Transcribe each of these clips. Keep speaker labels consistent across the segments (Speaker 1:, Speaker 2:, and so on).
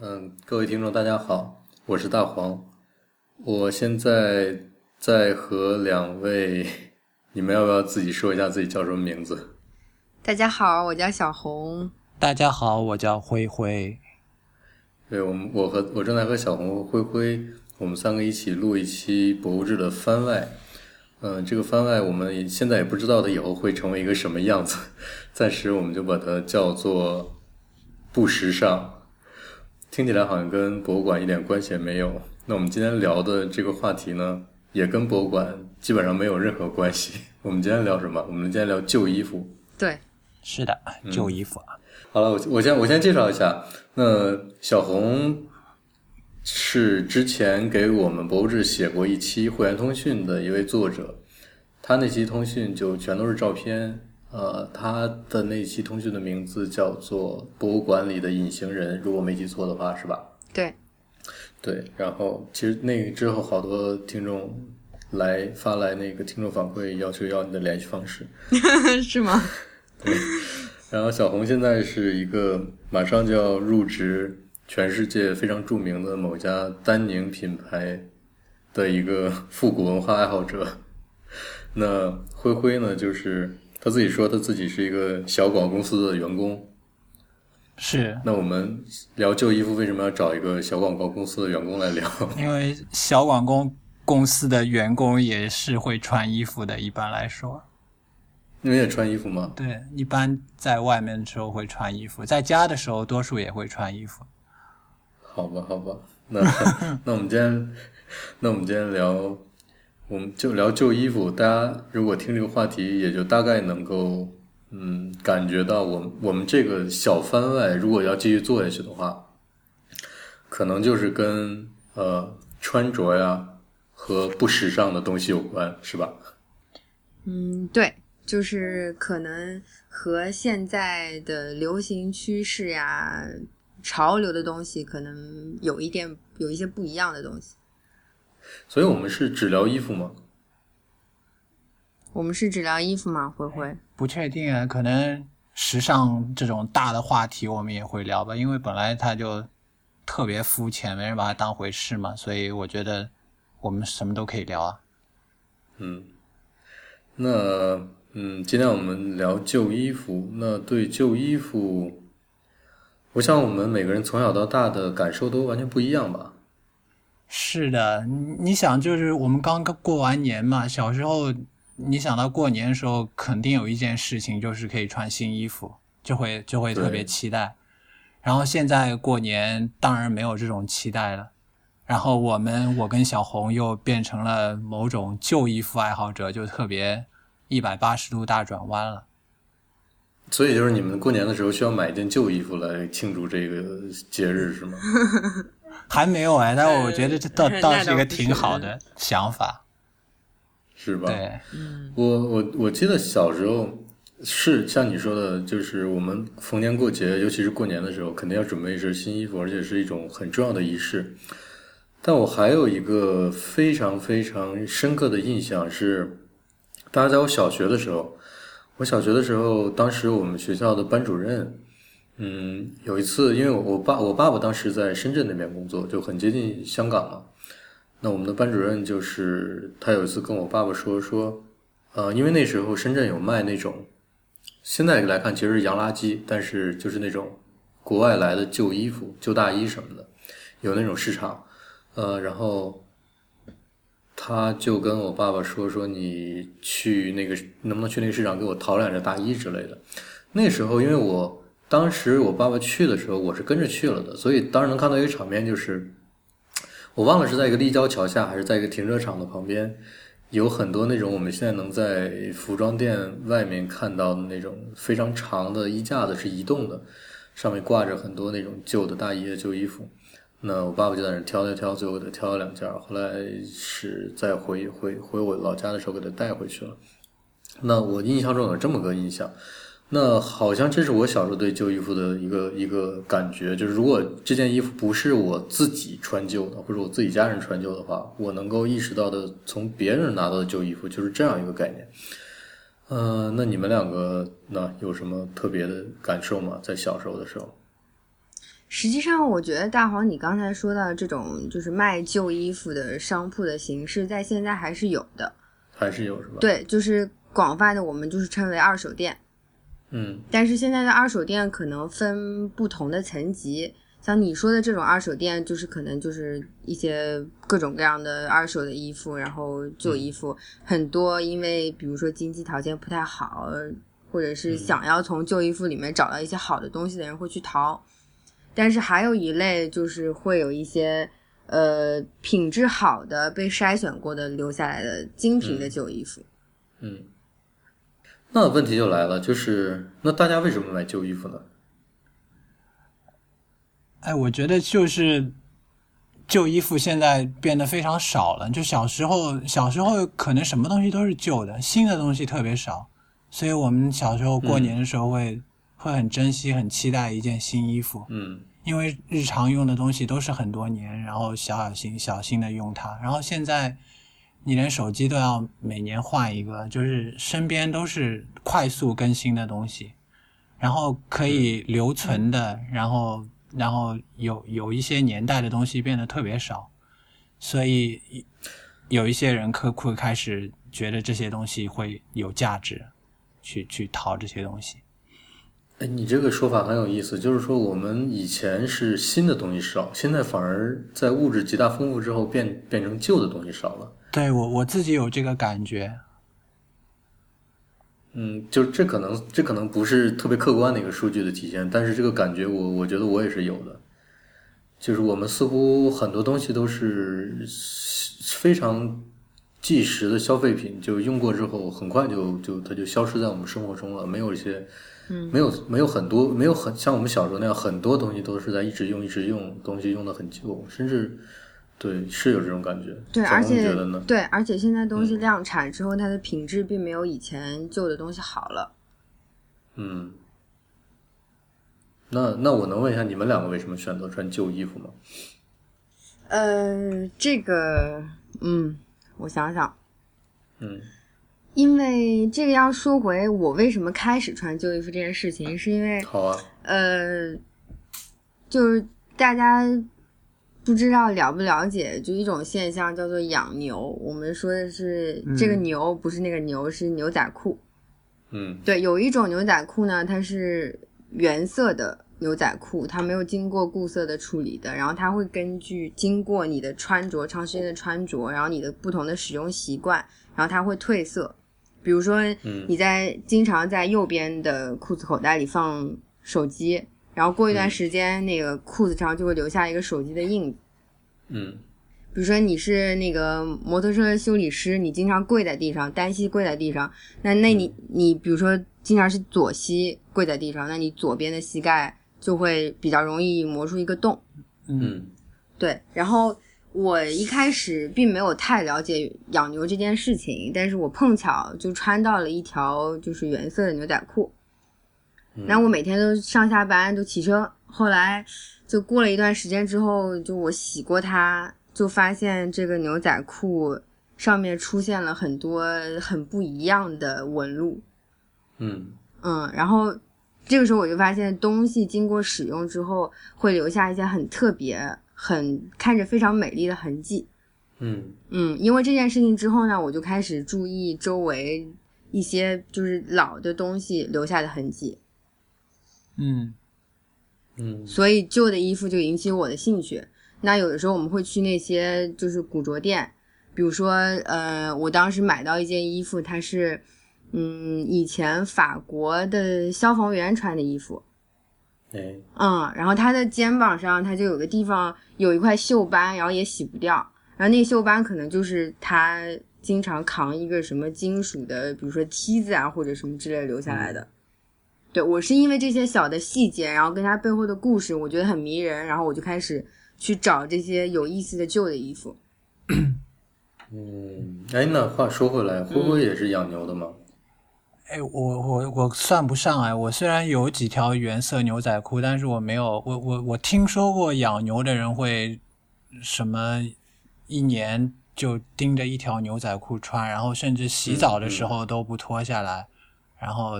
Speaker 1: 嗯，各位听众，大家好，我是大黄。我现在在和两位，你们要不要自己说一下自己叫什么名字？
Speaker 2: 大家好，我叫小红。
Speaker 3: 大家好，我叫灰灰。
Speaker 1: 对我们，我和我正在和小红和灰灰，我们三个一起录一期《博物志》的番外。嗯，这个番外我们也现在也不知道它以后会成为一个什么样子，暂时我们就把它叫做不时尚，听起来好像跟博物馆一点关系也没有。那我们今天聊的这个话题呢，也跟博物馆基本上没有任何关系。我们今天聊什么？我们今天聊旧衣服。
Speaker 2: 对，
Speaker 3: 是的，旧衣服啊，
Speaker 1: 好了，我我先我先介绍一下，那小红是之前给我们博物志写过一期会员通讯的一位作者，他那期通讯就全都是照片，呃，他的那期通讯的名字叫做《博物馆里的隐形人》，如果没记错的话，是吧？
Speaker 2: 对，
Speaker 1: 对，然后其实那个之后，好多听众来发来那个听众反馈，要求要你的联系方式，
Speaker 2: 是吗？
Speaker 1: 然后小红现在是一个马上就要入职全世界非常著名的某家丹宁品牌的一个复古文化爱好者。 那灰灰呢，就是他自己说他自己是一个小广告公司的员工。
Speaker 3: 是
Speaker 1: 那我们聊旧衣服，为什么要找一个小广告公司的员工来聊？
Speaker 3: 因为小广工公司的员工也是会穿衣服的，一般来说，
Speaker 1: 你们也穿衣服吗？
Speaker 3: 对，一般在外面的时候会穿衣服，在家的时候多数也会穿衣服。
Speaker 1: 好吧，好吧，那那我们今天，那我们今天聊，我们就聊旧衣服。大家如果听这个话题，也就大概能够，嗯，感觉到我们我们这个小番外，如果要继续做下去的话，可能就是跟呃穿着呀和不时尚的东西有关，是吧？
Speaker 2: 嗯，对，就是可能和现在的流行趋势呀、潮流的东西，可能有一点有一些不一样的东西。
Speaker 1: 所以我们是只聊衣服吗？
Speaker 2: 我们是只聊衣服吗？灰灰，
Speaker 3: 不确定啊，可能时尚这种大的话题我们也会聊吧，因为本来它就特别肤浅，没人把它当回事嘛，所以我觉得我们什么都可以聊啊。
Speaker 1: 嗯，那嗯，今天我们聊旧衣服。那对旧衣服，我想我们每个人从小到大的感受都完全不一样吧。
Speaker 3: 是的，你你想，就是我们刚刚过完年嘛，小时候你想到过年的时候，肯定有一件事情就是可以穿新衣服，就会就会特别
Speaker 1: 对
Speaker 3: 期待。然后现在过年当然没有这种期待了，然后我们我跟小红又变成了某种旧衣服爱好者，就特别一百八十度大转弯了。
Speaker 1: 所以就是你们过年的时候需要买一件旧衣服来庆祝这个节日是吗？
Speaker 3: 还没有哎，但我觉得这倒
Speaker 2: 那
Speaker 3: 倒是一
Speaker 2: 倒
Speaker 3: 个
Speaker 2: 不
Speaker 3: 挺
Speaker 2: 是
Speaker 3: 好的想法，
Speaker 1: 是吧？
Speaker 3: 对。
Speaker 1: 我我我记得小时候是像你说的，就是我们逢年过节，尤其是过年的时候，肯定要准备一身新衣服，而且是一种很重要的仪式。但我还有一个非常非常深刻的印象是，大家在我小学的时候，我小学的时候，当时我们学校的班主任，嗯，有一次，因为我我爸我爸爸当时在深圳那边工作，就很接近香港嘛。那我们的班主任就是他有一次跟我爸爸说说，呃，因为那时候深圳有卖那种，现在来看其实是洋垃圾，但是就是那种国外来的旧衣服、旧大衣什么的，有那种市场。呃，然后他就跟我爸爸说说你去那个能不能去那个市场给我淘两件大衣之类的。那时候因为我当时我爸爸去的时候，我是跟着去了的，所以当时能看到一个场面就是，我忘了是在一个立交桥下还是在一个停车场的旁边。有很多那种我们现在能在服装店外面看到的那种非常长的衣架子是移动的，上面挂着很多那种旧的大衣的旧衣服。那我爸爸就在那儿挑挑挑，最后给他挑了两件儿，后来是再回回回我老家的时候给他带回去了。那我印象中有这么个印象，那好像这是我小时候对旧衣服的一个一个感觉，就是如果这件衣服不是我自己穿旧的，或者我自己家人穿旧的话，我能够意识到的从别人拿到的旧衣服就是这样一个概念。呃，那你们两个那有什么特别的感受吗？在小时候的时候，
Speaker 2: 实际上，我觉得大黄，你刚才说到这种就是卖旧衣服的商铺的形式，在现在还是有的。
Speaker 1: 还是有是吧？，
Speaker 2: 对，就是广泛的我们就是称为二手店。
Speaker 1: 嗯
Speaker 2: 但是现在的二手店可能分不同的层级，像你说的这种二手店，就是可能就是一些各种各样的二手的衣服，然后旧衣服、很多，因为比如说经济条件不太好，或者是想要从旧衣服里面找到一些好的东西的人会去淘。但是还有一类就是会有一些呃品质好的被筛选过的留下来的精品的旧衣服。
Speaker 1: 嗯。那问题就来了，就是那大家为什么买旧衣服呢？
Speaker 3: 哎，我觉得就是旧衣服现在变得非常少了。就小时候，小时候可能什么东西都是旧的，新的东西特别少。所以我们小时候过年的时候会、会很珍惜、很期待一件新衣服，
Speaker 1: 嗯
Speaker 3: 因为日常用的东西都是很多年，然后小小心小心的用它。然后现在你连手机都要每年换一个，就是身边都是快速更新的东西，然后可以留存的，然后然后有有一些年代的东西变得特别少，所以有一些人可会开始觉得这些东西会有价值，去去淘这些东西。
Speaker 1: 哎，你这个说法很有意思，就是说我们以前是新的东西少，现在反而在物质极大丰富之后变变成旧的东西少了。
Speaker 3: 对我我自己有这个感觉，
Speaker 1: 嗯，就这可能这可能不是特别客观的一个数据的体现，但是这个感觉我我觉得我也是有的，就是我们似乎很多东西都是非常即时的消费品，就用过之后很快就就它就消失在我们生活中了，没有一些，嗯，没有没有很多没有很像我们小时候那样很多东西都是在一直用一直用，东西用的很旧，甚至对是有这种感觉，
Speaker 2: 对，
Speaker 1: 小
Speaker 2: 而
Speaker 1: 红你
Speaker 2: 且
Speaker 1: 觉得呢？嗯
Speaker 2: 对，而且现在东西量产之后，它的品质并没有以前旧的东西好了。
Speaker 1: 嗯，那那我能问一下，你们两个为什么选择穿旧衣服吗？
Speaker 2: 呃，这个，嗯，我想想，
Speaker 1: 嗯
Speaker 2: 因为这个要说回我为什么开始穿旧衣服这件事情，是因为
Speaker 1: 好啊，
Speaker 2: 呃，就是大家不知道了不了解，就一种现象叫做养牛。我们说的是这个
Speaker 3: 嗯
Speaker 2: 牛，不是那个牛，是牛仔裤。
Speaker 1: 嗯
Speaker 2: 对，有一种牛仔裤呢，它是原色的牛仔裤，它没有经过固色的处理的，然后它会根据经过你的穿着、长时间的穿着，然后你的不同的使用习惯，然后它会褪色。比如说，
Speaker 1: 嗯
Speaker 2: 你在经常在右边的裤子口袋里放手机，然后过一段
Speaker 1: 嗯
Speaker 2: 时间，那个裤子上就会留下一个手机的印子。
Speaker 1: 嗯
Speaker 2: 比如说你是那个摩托车修理师，你经常跪在地上，单膝跪在地上，那那你你比如说经常是左膝跪在地上，那你左边的膝盖就会比较容易磨出一个洞。
Speaker 1: 嗯
Speaker 2: 对，然后我一开始并没有太了解养牛这件事情，但是我碰巧就穿到了一条就是原色的牛仔裤，
Speaker 1: 嗯
Speaker 2: 然后我每天都上下班都骑车，后来就过了一段时间之后，就我洗过它，就发现这个牛仔裤上面出现了很多很不一样的纹路，
Speaker 1: 嗯
Speaker 2: 嗯，然后这个时候我就发现，东西经过使用之后，会留下一些很特别、很看着非常美丽的痕迹。
Speaker 1: 嗯
Speaker 2: 嗯，因为这件事情之后呢，我就开始注意周围一些就是老的东西留下的痕迹，
Speaker 3: 嗯
Speaker 1: 嗯
Speaker 2: 所以旧的衣服就引起我的兴趣。那有的时候我们会去那些就是古着店，比如说，呃，我当时买到一件衣服，它是，嗯，以前法国的消防员穿的衣服，
Speaker 1: 哎
Speaker 2: 嗯，然后他的肩膀上他就有个地方有一块锈斑，然后也洗不掉，然后那个锈斑可能就是他经常扛一个什么金属的，比如说梯子啊或者什么之类留下来的。对我是因为这些小的细节，然后跟他背后的故事，我觉得很迷人，然后我就开始去找这些有意思的旧的衣服。
Speaker 1: 嗯哎，那话说回来，灰灰也是养牛的吗？
Speaker 3: 哎，我我我算不上哎，我虽然有几条原色牛仔裤，但是我没有，我我我听说过养牛的人会什么一年就盯着一条牛仔裤穿，然后甚至洗澡的时候都不脱下来，然后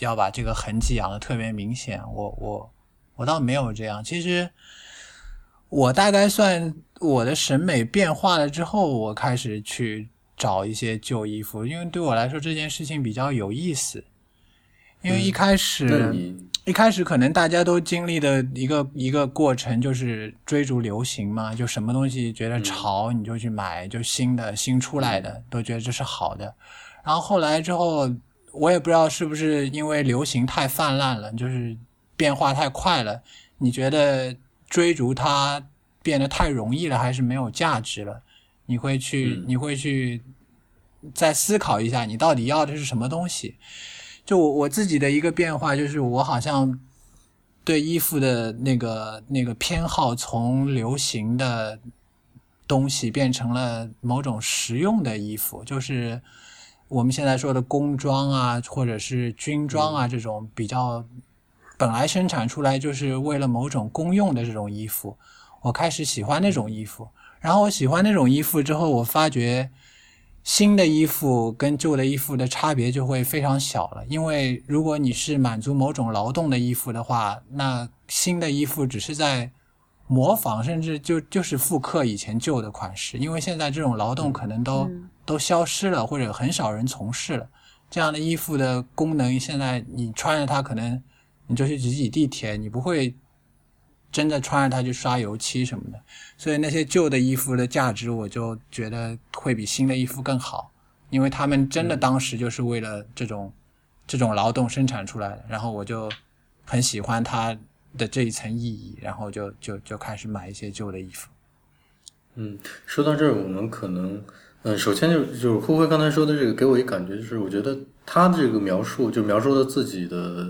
Speaker 3: 要把这个痕迹养得特别明显。我我我倒没有这样。其实我大概算我的审美变化了之后，我开始去找一些旧衣服，因为对我来说这件事情比较有意思。因为一开始、
Speaker 1: 嗯那你
Speaker 3: 一开始可能大家都经历的一个一个过程就是追逐流行嘛，就什么东西觉得潮你就去买，就新的新出来的都觉得这是好的。然后后来之后，我也不知道是不是因为流行太泛滥了，就是变化太快了，你觉得追逐它变得太容易了，还是没有价值了？你会去
Speaker 1: 嗯
Speaker 3: 你会去再思考一下，你到底要的是什么东西？就我我自己的一个变化，就是我好像对衣服的那个那个偏好，从流行的东西变成了某种实用的衣服，就是我们现在说的工装啊，或者是军装啊这种比较本来生产出来就是为了某种公用的这种衣服，我开始喜欢那种衣服。然后我喜欢那种衣服之后，我发觉新的衣服跟旧的衣服的差别就会非常小了。因为如果你是满足某种劳动的衣服的话，那新的衣服只是在模仿，甚至就就是复刻以前旧的款式。因为现在这种劳动可能都、
Speaker 2: 嗯
Speaker 3: 都消失了，或者很少人从事了。这样的衣服的功能，现在你穿着它，可能你就去挤挤地铁，你不会真的穿着它去刷油漆什么的。所以那些旧的衣服的价值，我就觉得会比新的衣服更好，因为他们真的当时就是为了这种、这种劳动生产出来的。然后我就很喜欢它的这一层意义，然后就就就开始买一些旧的衣服。
Speaker 1: 嗯，说到这儿，我们可能，嗯、首先就就是慧慧刚才说的这个，给我一感觉就是，我觉得她这个描述就描述了自己的，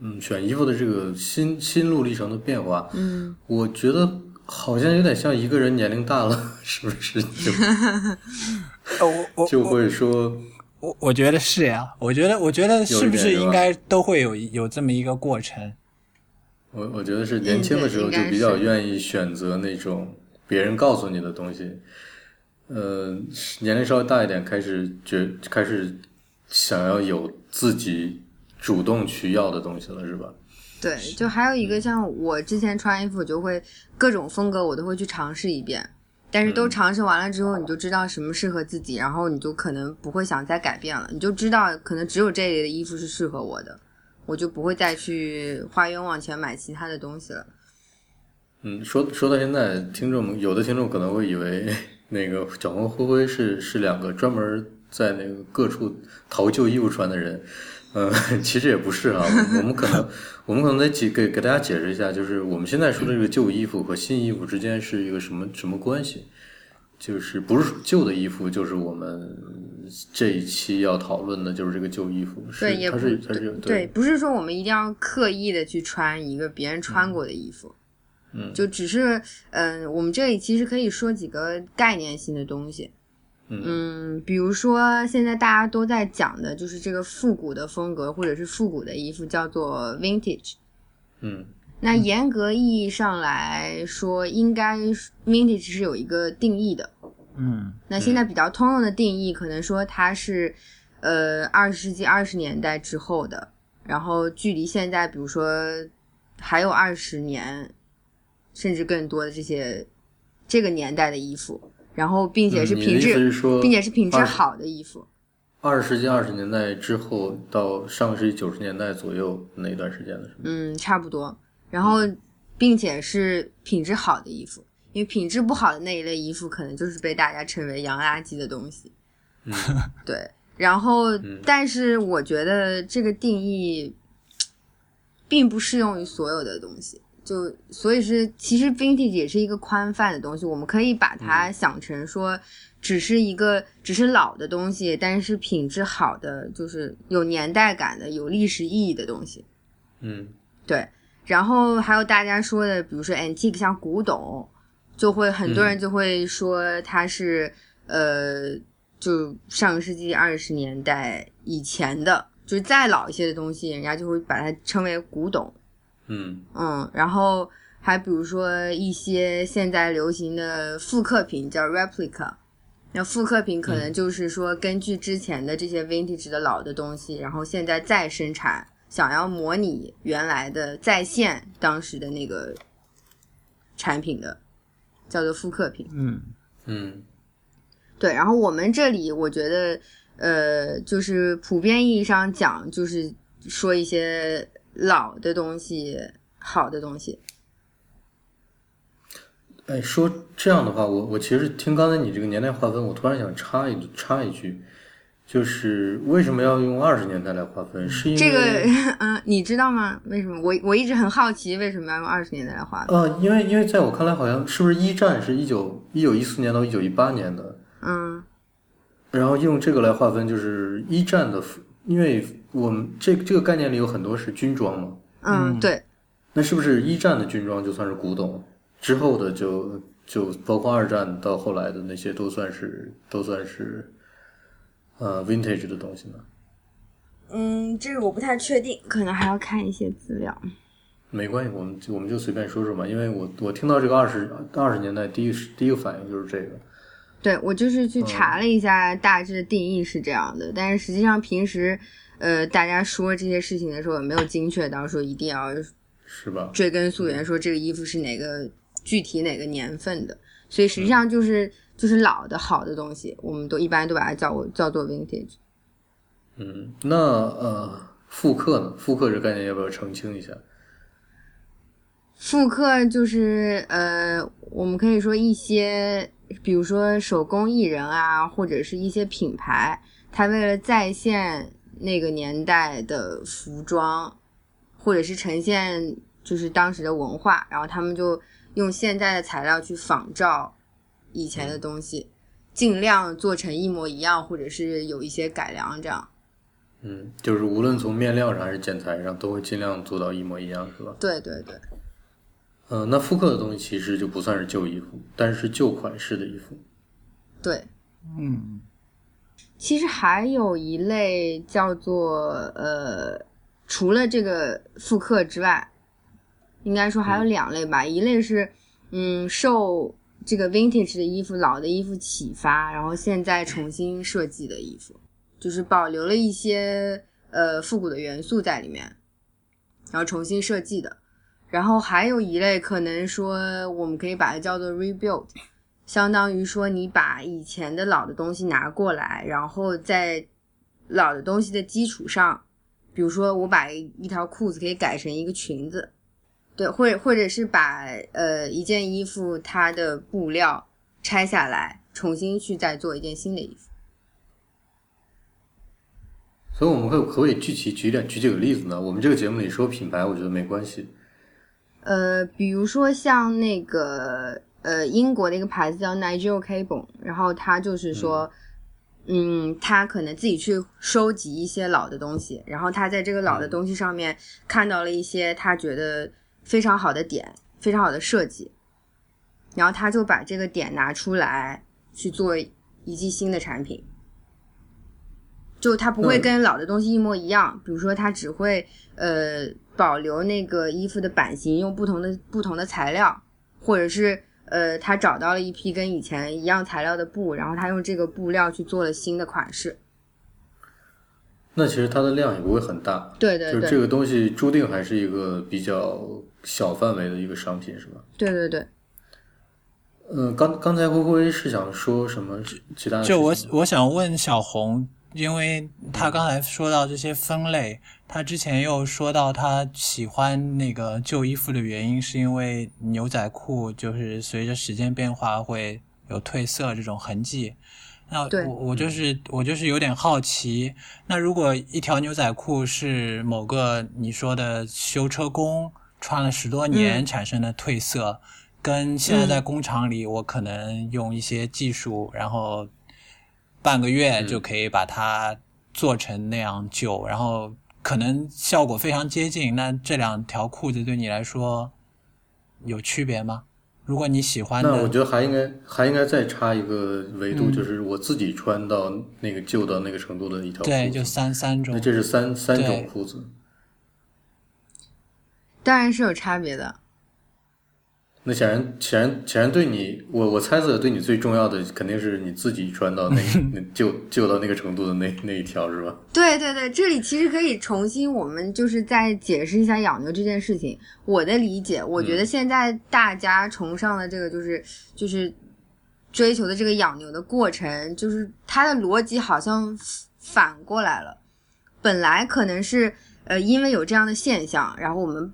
Speaker 1: 嗯，选衣服的这个心心路历程的变化，
Speaker 2: 嗯，
Speaker 1: 我觉得好像有点像一个人年龄大了， 是不是就
Speaker 3: 哦，我我
Speaker 1: 就会说，
Speaker 3: 我我觉得是呀，我觉得我觉得是不
Speaker 1: 有一
Speaker 3: 是
Speaker 1: 点是吧
Speaker 3: 应该都会有有这么一个过程？
Speaker 1: 我我觉得是年轻的时候就比较愿意选择那种别人告诉你的东西，呃，年龄稍微大一点开始觉开始想要有自己主动去要的东西了，是嗯吧？
Speaker 2: 对，就还有一个像我之前穿衣服，就会各种风格我都会去尝试一遍，但是都
Speaker 1: 嗯
Speaker 2: 尝试完了之后，你就知道什么适合自己，然后你就可能不会想再改变了，你就知道可能只有这类的衣服是适合我的，我就不会再去花冤枉钱买其他的东西了。
Speaker 1: 嗯，说说到现在，听众们有的听众可能会以为那个小红灰灰是是两个专门在那个各处淘旧衣服穿的人，嗯， 其实也不是啊，我我们可 能我们可能得解给给大家解释一下，就是我们现在说的这个旧衣服和新衣服之间是一个什么什么关系？就是不是旧的衣服，就是我们这一期要讨论的，就是这个旧衣服，是
Speaker 2: 对，也
Speaker 1: 它
Speaker 2: 不
Speaker 1: 是它是
Speaker 2: 对，不是说我们一定要刻意的去穿一个别人穿过的衣服，
Speaker 1: 嗯
Speaker 2: 就只是嗯、我们这里其实可以说几个概念性的东西，
Speaker 1: 嗯
Speaker 2: 嗯，比如说现在大家都在讲的就是这个复古的风格或者是复古的衣服叫做 vintage。
Speaker 1: 嗯
Speaker 2: 那严格意义上来说，应该 vintage 是有一个定义的。
Speaker 3: 嗯
Speaker 2: 那现在比较通用的定义，可能说它是，呃，二十世纪二十年代之后的，然后距离现在，比如说还有二十年，甚至更多的这些这个年代的衣服，然后并且是
Speaker 1: 嗯你
Speaker 2: 品
Speaker 1: 的意思是
Speaker 2: 质，
Speaker 1: 说
Speaker 2: 并且是品质
Speaker 1: 20
Speaker 2: 好的衣服。
Speaker 1: 二十世纪二十年代之后到上个世纪九十年代左右那一段时间的是吗？
Speaker 2: 嗯，差不多。然后，并且是品质好的衣服，因为品质不好的那一类衣服，可能就是被大家称为“洋垃圾”的东西。
Speaker 1: 嗯
Speaker 2: 对。然后，但是我觉得这个定义并不适用于所有的东西。就所以是，其实 vintage 也是一个宽泛的东西，我们可以把它想成说，只是一个只是老的东西，但是品质好的，就是有年代感的、有历史意义的东西。
Speaker 1: 嗯
Speaker 2: 对，然后还有大家说的，比如说 antique 像古董，就会很多人就会说它是、呃，就上个世纪二十年代以前的，就是再老一些的东西，人家就会把它称为古董。
Speaker 1: 嗯
Speaker 2: 嗯，然后还比如说一些现在流行的复刻品叫 replica，那复刻品可能就是说根据之前的这些 vintage 的老的东西，然后现在再生产想要模拟原来的在线当时的那个产品的，叫做复刻品。
Speaker 3: 嗯，
Speaker 1: 嗯
Speaker 2: 对，然后我们这里我觉得，呃，就是普遍意义上讲，就是说一些老的东西、好的东西。
Speaker 1: 哎，说这样的话，我我其实听刚才你这个年代划分，我突然想插一插一句，就是为什么要用二十年代来划分？是因为
Speaker 2: 这个， 嗯，你知道吗？为什么？我我一直很好奇，为什么要用二十年代来划分？
Speaker 1: 呃，因为因为在我看来，好像是不是一战是一九一九一四年到一九一八年的，
Speaker 2: 嗯
Speaker 1: 然后用这个来划分，就是一战的服，因为我们这这个概念里有很多是军装嘛，
Speaker 2: 嗯，对，
Speaker 1: 那是不是一战的军装就算是古董？之后的就就包括二战到后来的那些都算是都算是呃 vintage 的东西呢？
Speaker 2: 嗯，这个我不太确定，可能还要看一些资料。
Speaker 1: 没关系，我们就我们就随便说说嘛，因为我我听到这个二十二十年代第一时第一个反应就是这个，
Speaker 2: 对我就是去查了一下，大致的定义是这样的，但是实际上平时，呃，大家说这些事情的时候，也没有精确到说一定要
Speaker 1: 是吧？
Speaker 2: 追根溯源，说这个衣服是哪个具体哪个年份的，所以实际上就是、就是老的好的东西，我们都一般都把它叫叫做 vintage。
Speaker 1: 嗯，那呃复刻呢？复刻这概念要不要澄清一下？
Speaker 2: 复刻就是呃，我们可以说一些，比如说手工艺人啊，或者是一些品牌，他为了再现那个年代的服装，或者是呈现就是当时的文化，然后他们就用现在的材料去仿照以前的东西，尽量做成一模一样，或者是有一些改良这样。
Speaker 1: 嗯，就是无论从面料上还是剪裁上，都会尽量做到一模一样，是吧？
Speaker 2: 对对对，
Speaker 1: 嗯、那复刻的东西其实就不算是旧衣服，但是是旧款式的衣服。
Speaker 2: 对。
Speaker 3: 嗯，
Speaker 2: 其实还有一类叫做呃，除了这个复刻之外，应该说还有两类吧。一类是嗯，受这个 vintage 的衣服、老的衣服启发，然后现在重新设计的衣服，就是保留了一些呃复古的元素在里面，然后重新设计的。然后还有一类可能说，我们可以把它叫做 rebuild，相当于说你把以前的老的东西拿过来，然后在老的东西的基础上，比如说我把一条裤子可以改成一个裙子，对，或者或者是把呃一件衣服它的布料拆下来，重新去再做一件新的衣服。
Speaker 1: 所以我们会可不可以具体举点举几个例子呢？我们这个节目里说品牌，我觉得没关系。
Speaker 2: 呃，比如说像那个呃英国的一个牌子叫 Nigel Cable，然后他就是说，嗯他可能自己去收集一些老的东西，然后他在这个老的东西上面看到了一些他觉得非常好的点，非常好的设计，然后他就把这个点拿出来去做一季新的产品。就它不会
Speaker 1: 嗯
Speaker 2: 跟老的东西一模一样，比如说它只会呃保留那个衣服的版型，用不同的不同的材料，或者是呃他找到了一批跟以前一样材料的布，然后他用这个布料去做了新的款式。
Speaker 1: 那其实它的量也不会很大，
Speaker 2: 对对
Speaker 1: 就是
Speaker 2: 对
Speaker 1: 这个东西注定还是一个比较小范围的一个商品，是吧？
Speaker 2: 对对对，
Speaker 1: 嗯，刚刚才灰灰是想说什么其他的事
Speaker 3: 就
Speaker 1: 情
Speaker 3: 我
Speaker 1: 吗
Speaker 3: 我想问小红，因为她刚才说到这些分类，她之前又说到她喜欢那个旧衣服的原因，是因为牛仔裤就是随着时间变化会有褪色这种痕迹。那
Speaker 2: 对
Speaker 3: 我我就是
Speaker 1: 嗯
Speaker 3: 我就是有点好奇，那如果一条牛仔裤是某个你说的修车工穿了十多年产生的褪色，跟现在在工厂里我可能用一些技术，然后半个月
Speaker 1: 嗯
Speaker 3: 就可以把它做成那样旧，然后可能效果非常接近。那这两条裤子对你来说有区别吗？如果你喜欢
Speaker 1: 那我
Speaker 3: 的，嗯
Speaker 1: 觉得还应该还应该再插一个维度，就是我自己穿到那个旧到那个程度的一条裤子，
Speaker 3: 对，就三三
Speaker 1: 那
Speaker 3: 种，
Speaker 1: 这是三三
Speaker 3: 对
Speaker 1: 种裤子。
Speaker 2: 当然是有差别的。
Speaker 1: 那显然显然显然对你，我我猜测对你最重要的肯定是你自己穿到那那旧旧到那个程度的那那一条是吧？
Speaker 2: 对对对，这里其实可以重新，我们就是再解释一下养牛这件事情。我的理解，我觉得现在大家崇尚的这个就是、就是追求的这个养牛的过程，就是它的逻辑好像反过来了。本来可能是呃，因为有这样的现象，然后我们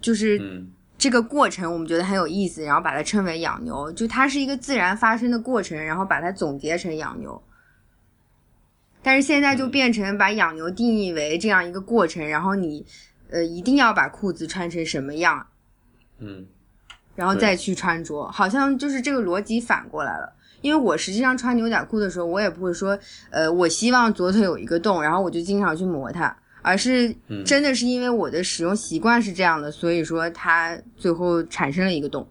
Speaker 2: 就是
Speaker 1: 嗯
Speaker 2: 这个过程我们觉得很有意思，然后把它称为养牛，就它是一个自然发生的过程，然后把它总结成养牛。但是现在就变成把养牛定义为这样一个过程，然后你呃一定要把裤子穿成什么样，
Speaker 1: 嗯
Speaker 2: 然后再去穿着，好像就是这个逻辑反过来了。因为我实际上穿牛仔裤的时候，我也不会说，呃，我希望左腿有一个洞，然后我就经常去磨它，而是
Speaker 1: 嗯
Speaker 2: 真的是因为我的使用习惯是这样的，所以说它最后产生了一个洞。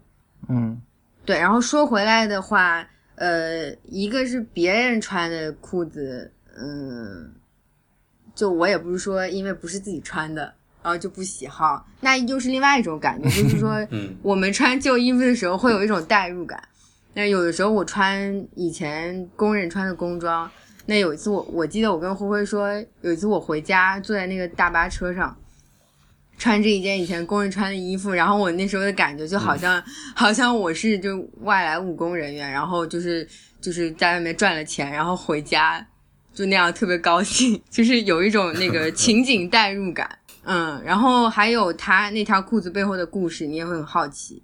Speaker 3: 嗯
Speaker 2: 对，然后说回来的话，呃，一个是别人穿的裤子，嗯，就我也不是说因为不是自己穿的，然后就不喜好，那又是另外一种感觉，就是说
Speaker 1: 嗯
Speaker 2: 我们穿旧衣服的时候会有一种代入感。那有的时候我穿以前工人穿的工装，那有一次我我记得我跟灰灰说，有一次我回家坐在那个大巴车上，穿着一件以前工人穿的衣服，然后我那时候的感觉就好像、好像我是就外来务工人员，然后就是就是在外面赚了钱，然后回家就那样特别高兴， 就是有一种那个情景代入感。嗯，然后还有他那条裤子背后的故事，你也会很好奇。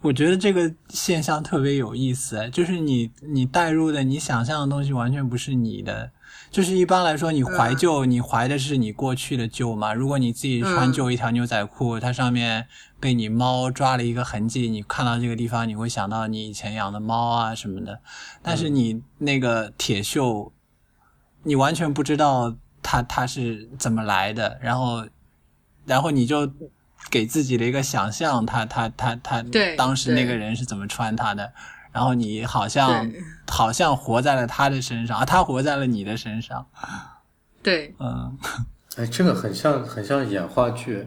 Speaker 3: 我觉得这个现象特别有意思，就是你你带入的、你想象的东西完全不是你的。就是一般来说，你怀旧，你怀的是你过去的旧嘛。如果你自己穿
Speaker 2: 嗯
Speaker 3: 旧一条牛仔裤，它上面被你猫抓了一个痕迹，你看到这个地方，你会想到你以前养的猫啊什么的。但是你那个铁锈，你完全不知道它它是怎么来的，然后然后你就给自己的一个想象，他他他他
Speaker 2: 对
Speaker 3: 当时那
Speaker 2: 对
Speaker 3: 个人是怎么穿他的，然后你好像
Speaker 2: 对
Speaker 3: 好像活在了他的身上，啊，他活在了你的身上，
Speaker 2: 对，
Speaker 3: 嗯，
Speaker 1: 哎，这个很像很像演话剧。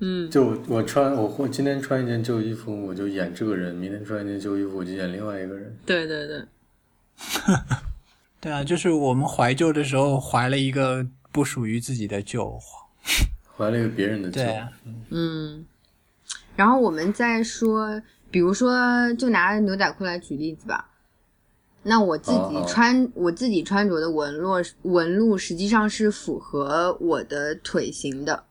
Speaker 2: 嗯，
Speaker 1: 就我穿我我今天穿一件旧衣服，我就演这个人；明天穿一件旧衣服，我就演另外一个人。
Speaker 2: 对对对，
Speaker 3: 对啊，就是我们怀旧的时候怀了一个不属于自己的旧，
Speaker 1: 怀了一个别人的旧
Speaker 3: 对，啊，
Speaker 2: 嗯。然后我们再说，比如说，就拿牛仔裤来举例子吧。那我自己
Speaker 1: 好好
Speaker 2: 穿我自己穿着的纹路纹路，实际上是符合我的腿型的，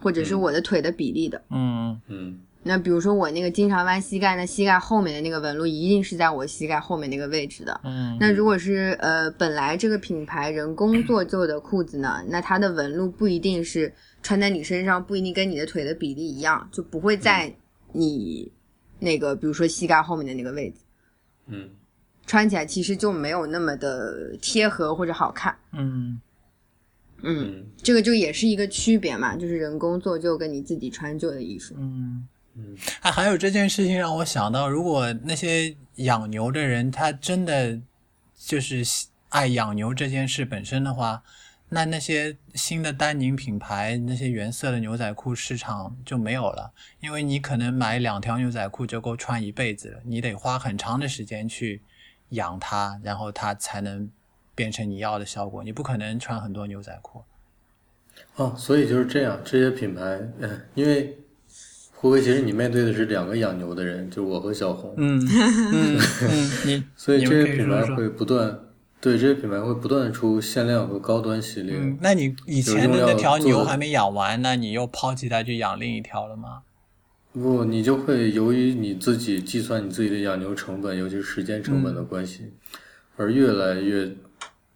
Speaker 2: 或者是我的腿的比例的。
Speaker 3: 嗯
Speaker 1: 嗯
Speaker 2: 那比如说我那个经常弯膝盖，那膝盖后面的那个纹路一定是在我膝盖后面那个位置的。
Speaker 3: 嗯
Speaker 2: 那如果是呃本来这个品牌人工做旧的裤子呢，那它的纹路不一定是穿在你身上，不一定跟你的腿的比例一样，就不会在你那个比如说膝盖后面的那个位置，
Speaker 1: 嗯，
Speaker 2: 穿起来其实就没有那么的贴合或者好看。
Speaker 3: 嗯
Speaker 2: 嗯，
Speaker 1: 嗯
Speaker 2: 这个就也是一个区别嘛，就是人工做旧跟你自己穿旧的衣服。
Speaker 3: 嗯。
Speaker 1: 嗯
Speaker 3: 啊，还有这件事情让我想到，如果那些养牛的人他真的就是喜爱养牛这件事本身的话，那那些新的丹宁品牌那些原色的牛仔裤市场就没有了，因为你可能买两条牛仔裤就够穿一辈子了，你得花很长的时间去养它，然后它才能变成你要的效果，你不可能穿很多牛仔裤。
Speaker 1: 哦，所以就是这样，这些品牌，嗯，因为胡威其实你面对的是两个养牛的人，就我和小红，
Speaker 3: 嗯 嗯嗯，你
Speaker 1: 所以
Speaker 3: 你
Speaker 1: 这些
Speaker 3: 们可以
Speaker 1: 品
Speaker 3: 说
Speaker 1: 牌
Speaker 3: 说
Speaker 1: 会不断，对这些品牌会不断地出限量和高端系列。
Speaker 3: 嗯，那你以
Speaker 1: 有
Speaker 3: 前
Speaker 1: 用
Speaker 3: 的那
Speaker 1: 料
Speaker 3: 条
Speaker 1: 做
Speaker 3: 牛
Speaker 1: 的
Speaker 3: 还没养完，那你又抛弃它去养另一条了吗？
Speaker 1: 不，你就会由于你自己计算你自己的养牛成本，尤其是时间成
Speaker 3: 嗯
Speaker 1: 本的关系，而越来越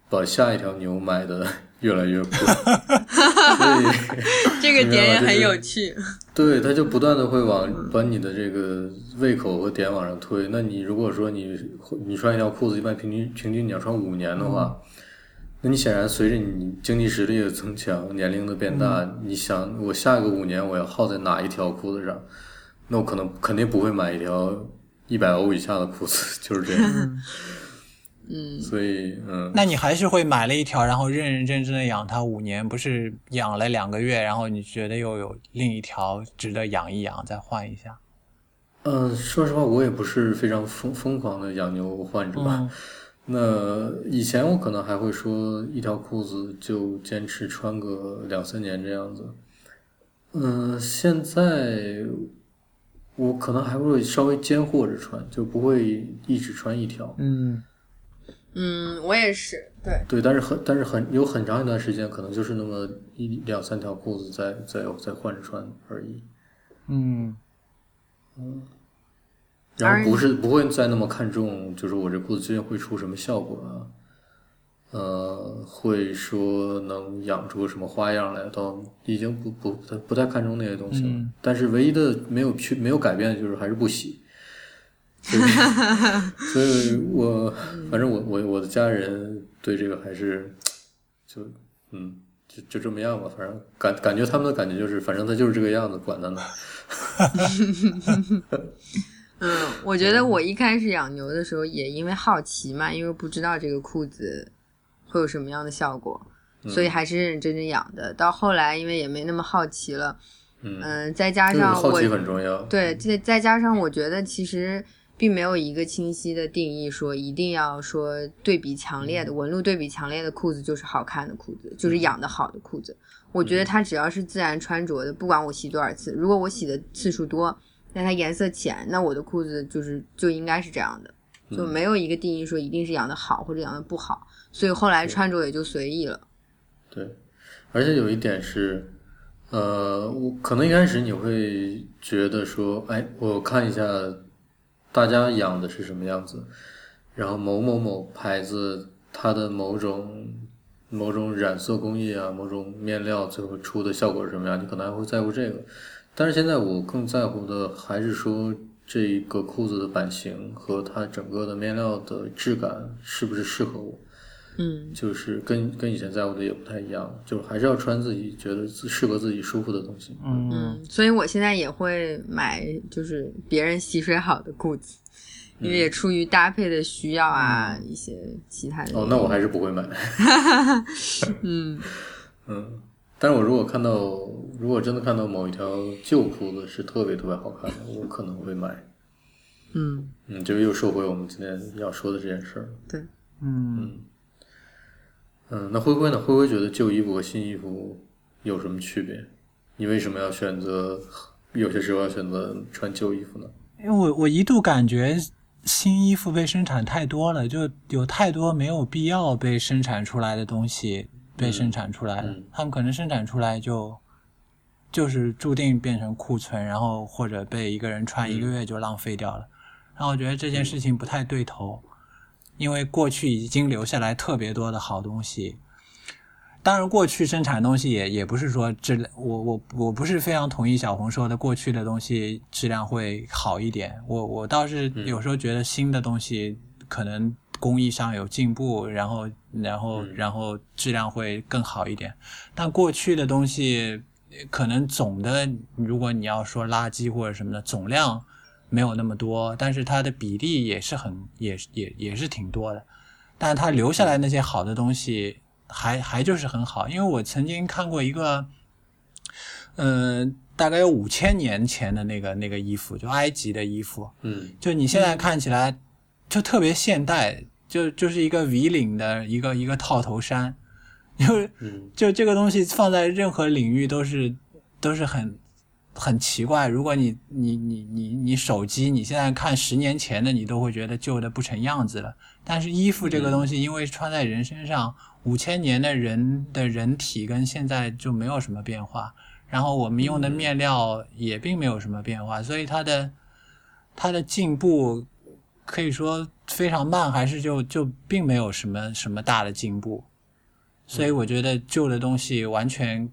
Speaker 1: 把下一条牛买的 越来 越贵，所以
Speaker 2: 这个
Speaker 1: 点也很有
Speaker 2: 趣。
Speaker 1: 对它就不断的会往把你的这个胃口和点往上推。那你如果说你你穿一条裤子，一般平均平均你要穿五年的话，那你显然随着你经济实力的增强，年龄的变大，你想我下一个五年我要耗在哪一条裤子上？那我可 能肯定不会买一条一百欧以下的裤子，就是这样。
Speaker 2: 嗯，
Speaker 1: 所以嗯，
Speaker 3: 那你还是会买了一条，然后认认真真的养它五年，不是养了两个月，然后你觉得又有另一条值得养一养，再换一下？
Speaker 1: 呃，说实话，我也不是非常疯疯狂的养牛患者吧。
Speaker 3: 嗯
Speaker 1: 那以前我可能还会说一条裤子就坚持穿个两三年这样子，嗯、现在我可能还会稍微间或着穿，就不会一直穿一条。
Speaker 3: 嗯
Speaker 2: 嗯，我也是，对，
Speaker 1: 对，但是很但是很有很长一段时间，可能就是那么一两三条裤子在在在换着穿而已，
Speaker 3: 嗯
Speaker 1: 然后不是不会再那么看重，就是我这裤子究竟会出什么效果啊，呃，会说能养出什么花样来，到已经不不不太不太看重那些东西了。
Speaker 3: 嗯
Speaker 1: 但是唯一的没有去没有改变的就是还是不洗，所以所以我反正我我我的家人对这个还是就嗯就就这么样吧，反正感感觉他们的感觉就是反正他就是这个样子，管他呢。
Speaker 2: 嗯，我觉得我一开始养牛的时候也因为好奇嘛，因为不知道这个裤子会有什么样的效果，所以
Speaker 1: 嗯
Speaker 2: 还是认认真真养的。到后来因为也没那么好奇了，
Speaker 1: 嗯，
Speaker 2: 嗯，再加
Speaker 1: 就是
Speaker 2: 上我
Speaker 1: 好奇很重要。
Speaker 2: 对，再再加上我觉得其实并没有一个清晰的定义，说一定要说对比强烈的、纹路对比强烈的裤子就是好看的裤子，就是养的好的裤子。我觉得它只要是自然穿着的，不管我洗多少次，如果我洗的次数多，那它颜色浅，那我的裤子就是就应该是这样的，就没有一个定义说一定是养的好或者养的不好，所以后来穿着也就随意了。
Speaker 1: 对，而且有一点是，呃，我可能一开始你会觉得说，哎，我看一下大家养的是什么样子，然后某某某牌子它的某种某种染色工艺啊，某种面料最后出的效果是什么样，你可能还会在乎这个。但是现在我更在乎的还是说这个裤子的版型和它整个的面料的质感是不是适合我。
Speaker 2: 嗯
Speaker 1: 就是跟跟以前在乎的也不太一样了，就是还是要穿自己觉得自适合自己舒服的东西。
Speaker 3: 嗯
Speaker 2: 嗯，所以我现在也会买，就是别人洗水好的裤子，因为
Speaker 1: 嗯
Speaker 2: 也出于搭配的需要啊，一些其他的原因。
Speaker 1: 哦，那我还是不会买。
Speaker 2: 嗯
Speaker 1: 嗯，但是我如果看到，如果真的看到某一条旧裤子是特别特别好看的，我可能会买。
Speaker 2: 嗯，
Speaker 1: 嗯，这个又说回我们今天要说的这件事儿。
Speaker 2: 对，
Speaker 3: 嗯，
Speaker 1: 嗯，那灰灰呢？灰灰觉得旧衣服和新衣服有什么区别？你为什么要选择？有些时候要选择穿旧衣服呢？
Speaker 3: 因为我我一度感觉新衣服被生产太多了，就有太多没有必要被生产出来的东西被生产出来了，
Speaker 1: 嗯
Speaker 3: 他们可能生产出来就就是注定变成库存，然后或者被一个人穿一个月就浪费掉了。然后我觉得这件事情不太对头，因为过去已经留下来特别多的好东西。当然，过去生产东西也也不是说质量，我我我不是非常同意小红说的，过去的东西质量会好一点。我我倒是有时候觉得新的东西可能工艺上有进步，然后然后
Speaker 1: 嗯
Speaker 3: 然后质量会更好一点。但过去的东西呃可能总的，如果你要说垃圾或者什么的，总量没有那么多，但是它的比例也是很也是也也是挺多的。但是它留下来那些好的东西还还就是很好，因为我曾经看过一个，呃，大概有五千年前的那个那个衣服，就埃及的衣服，
Speaker 1: 嗯
Speaker 3: 就你现在看起来就特别现代，就就是一个 V 领的一个一个套头衫， 就是
Speaker 1: 嗯
Speaker 3: 就这个东西放在任何领域都是都是很很奇怪。如果你你你你你手机，你现在看十年前的，你都会觉得旧的不成样子了。但是衣服这个东西，因为穿在人身上，五千年的人的人体跟现在就没有什么变化，然后我们用的面料也并没有什么变化，所以它的它的进步可以说非常慢，还是就就并没有什么什么大的进步。所以我觉得旧的东西完全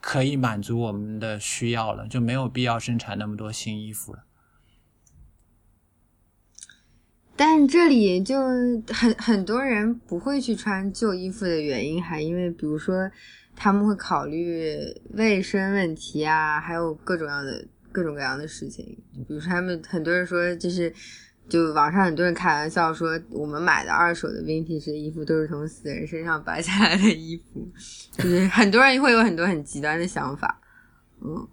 Speaker 3: 可以满足我们的需要了，就没有必要生产那么多新衣服了。
Speaker 2: 但这里就很很多人不会去穿旧衣服的原因，还因为比如说他们会考虑卫生问题啊，还有各种样的各种各样的事情。比如说他们很多人说，就是就网上很多人开玩笑说，我们买的二手的 vintage 的衣服都是从死人身上扒下来的衣服，就是很多人会有很多很极端的想法。嗯，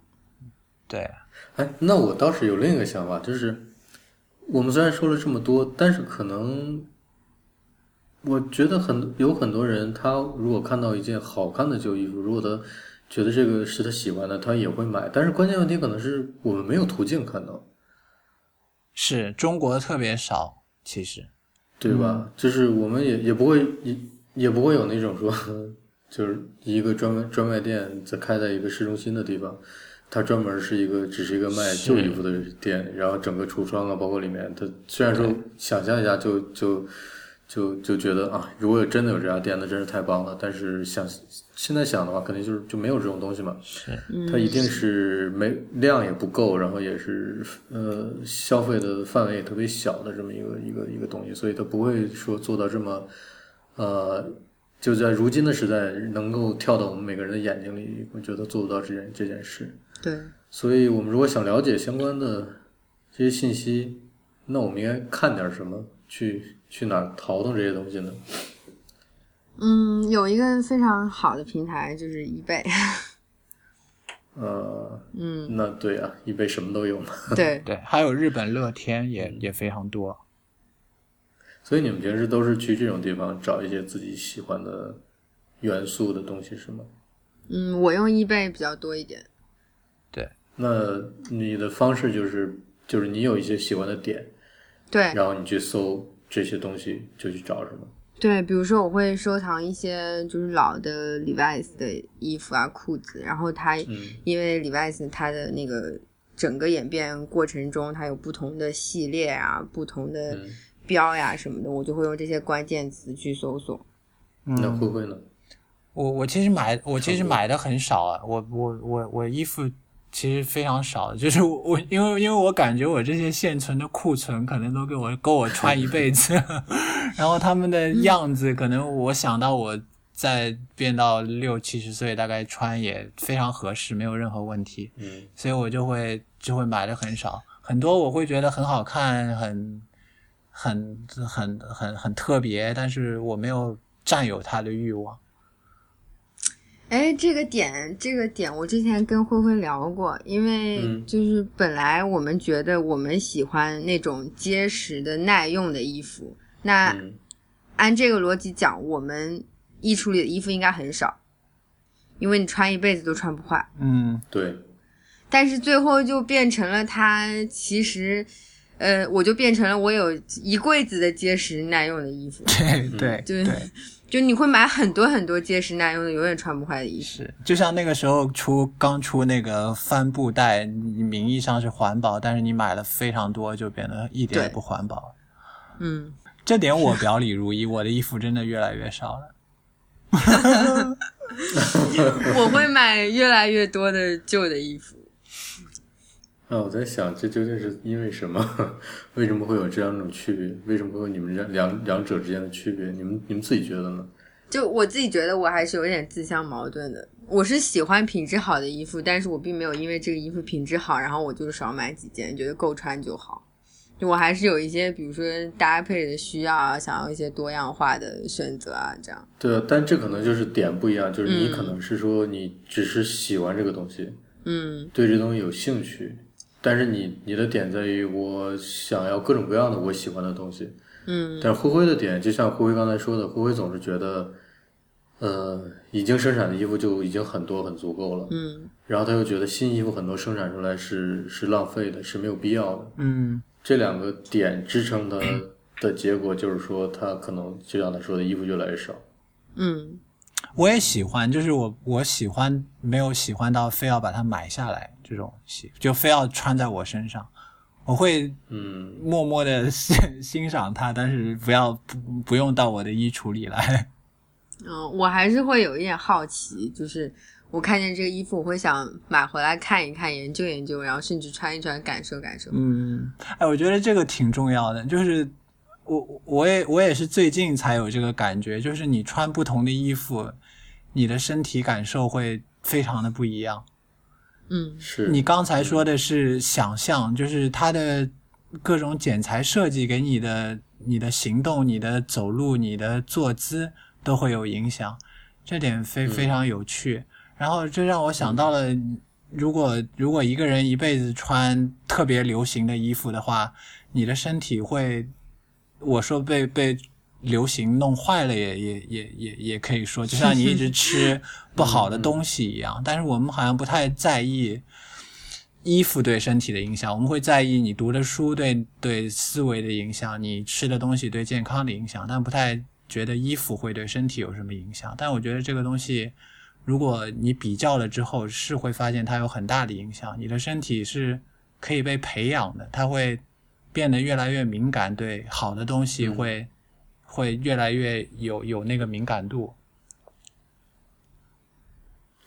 Speaker 3: 对，
Speaker 1: 哎，那我倒是有另一个想法，就是我们虽然说了这么多，但是可能我觉得很有很多人，他如果看到一件好看的旧衣服，如果他觉得这个是他喜欢的，他也会买。但是关键问题可能是我们没有途径看到，
Speaker 3: 是中国特别少，其实
Speaker 1: 对吧？就是我们也也不会也也不会有那种说， 就是一个专门专卖店在开在一个市中心的地方，它专门是一个只是一个卖
Speaker 3: 是
Speaker 1: 旧衣服的店，然后整个橱窗啊，包括里面，它虽然说想象一下就就就就觉得啊，如果有真的有这家店，那真是太棒了。但是想现在想的话，肯定就是就没有这种东西嘛。
Speaker 3: 是
Speaker 1: 它一定是没量也不够，然后也是呃消费的范围也特别小的这么一个一个一个东西，所以它不会说做到这么呃就在如今的时代能够跳到我们每个人的眼睛里，我觉得做不到这件这件事。
Speaker 2: 对，
Speaker 1: 所以我们如果想了解相关的这些信息，那我们应该看点什么去去哪儿淘到这些东西呢？
Speaker 2: 嗯，有一个非常好的平台就是 eBay，
Speaker 1: 呃，
Speaker 2: 嗯，
Speaker 1: 那对啊，一杯什么都有嘛。
Speaker 2: 对，
Speaker 3: 对，还有日本乐天也也非常多，
Speaker 1: 所以你们平时都是去这种地方找一些自己喜欢的元素的东西是吗？
Speaker 2: 嗯，我用 eBay 比较多一点。
Speaker 3: 对，
Speaker 1: 那你的方式就是就是你有一些喜欢的点，
Speaker 2: 对，
Speaker 1: 然后你去搜这些东西就去找是吗？
Speaker 2: 对，比如说我会收藏一些就是老的 Levi's 的衣服啊、裤子，然后它、
Speaker 1: 嗯
Speaker 2: 因为 Levi's 它的那个整个演变过程中，它有不同的系列啊、不同的
Speaker 1: 嗯
Speaker 2: 标呀什么的，我就会用这些关键词去搜索。
Speaker 1: 那
Speaker 3: 嗯
Speaker 1: 慧慧呢？
Speaker 3: 我我其实买我其实
Speaker 1: 差不多
Speaker 3: 买的很少啊，我我我我衣服其实非常少，就是我我因为因为我感觉我这些现存的库存可能都给我够我穿一辈子， 然后他们的样子可能我想到我再变到六七十岁大概穿也非常合适，没有任何问题，
Speaker 1: 嗯，
Speaker 3: 所以我就会就会买的很少，很多我会觉得很好看，很很很很很特别，但是我没有占有它的欲望。
Speaker 2: 哎，这个点，这个点，我之前跟灰灰聊过，因为
Speaker 1: 嗯
Speaker 2: 就是本来我们觉得我们喜欢那种结实的、耐用的衣服，那、
Speaker 1: 嗯
Speaker 2: 按这个逻辑讲，我们衣橱里的衣服应该很少，因为你穿一辈子都穿不坏。
Speaker 3: 嗯，
Speaker 1: 对，
Speaker 2: 但是最后就变成了它其实，呃，我就变成了我有一柜子的结实耐用的衣服，
Speaker 3: 对嗯对
Speaker 2: 就是就你会买很多很多结实耐用的永远穿不坏的衣服。
Speaker 3: 是，就像那个时候出刚出那个帆布袋，你名义上是环保，但是你买了非常多，就变得一点也
Speaker 2: 对
Speaker 3: 不环保。
Speaker 2: 嗯，
Speaker 3: 这点我表里如一，我的衣服真的越来越少了。
Speaker 2: 我会买越来越多的旧的衣服。
Speaker 1: 啊，我在想这究竟是因为什么？ 为什么会有这样一种区别？为什么会有你们两两两者之间的区别？你们你们自己觉得呢？
Speaker 2: 就我自己觉得我还是有点自相矛盾的。我是喜欢品质好的衣服，但是我并没有因为这个衣服品质好，然后我就少买几件，觉得够穿就好。就我还是有一些，比如说搭配的需要啊，想要一些多样化的选择啊，这样。
Speaker 1: 对啊，但这可能就是点不一样，就是你
Speaker 2: 嗯
Speaker 1: 可能是说你只是喜欢这个东西，
Speaker 2: 嗯，
Speaker 1: 对这东西有兴趣，但是你你的点在于我想要各种各样的我喜欢的东西，
Speaker 2: 嗯，
Speaker 1: 但是灰灰的点就像灰灰刚才说的，灰灰总是觉得，呃，已经生产的衣服就已经很多很足够了，
Speaker 2: 嗯，
Speaker 1: 然后他又觉得新衣服很多生产出来是是浪费的，是没有必要的，
Speaker 3: 嗯，
Speaker 1: 这两个点支撑他的结果就是说他可能就像他说的衣服越来越少，
Speaker 2: 嗯，
Speaker 3: 我也喜欢，就是我我喜欢没有喜欢到非要把它买下来这种喜，就非要穿在我身上，我会
Speaker 1: 嗯，
Speaker 3: 默默的 欣赏它，但是不要不不用到我的衣橱里来。
Speaker 2: 嗯，我还是会有一点好奇，就是我看见这个衣服，我会想买回来看一看，研究研究，然后甚至穿一穿，感受感受。
Speaker 3: 嗯，哎，我觉得这个挺重要的，就是我我也我也是最近才有这个感觉，就是你穿不同的衣服，你的身体感受会非常的不一样。
Speaker 2: 嗯
Speaker 1: 是
Speaker 3: 你刚才说的是想象，就是它的各种剪裁设计给你的、你的行动、你的走路、你的坐姿都会有影响，这点非非常有趣。然后这让我想到了，如果如果一个人一辈子穿特别流行的衣服的话，你的身体会，我说被被流行弄坏了也也也也也可以说，就像你一直吃不好的东西一样。但是我们好像不太在意衣服对身体的影响，我们会在意你读的书对对思维的影响，你吃的东西对健康的影响，但不太觉得衣服会对身体有什么影响。但我觉得这个东西。如果你比较了之后，是会发现它有很大的影响。你的身体是可以被培养的，它会变得越来越敏感，对好的东西会、会越来越有有那个敏感度。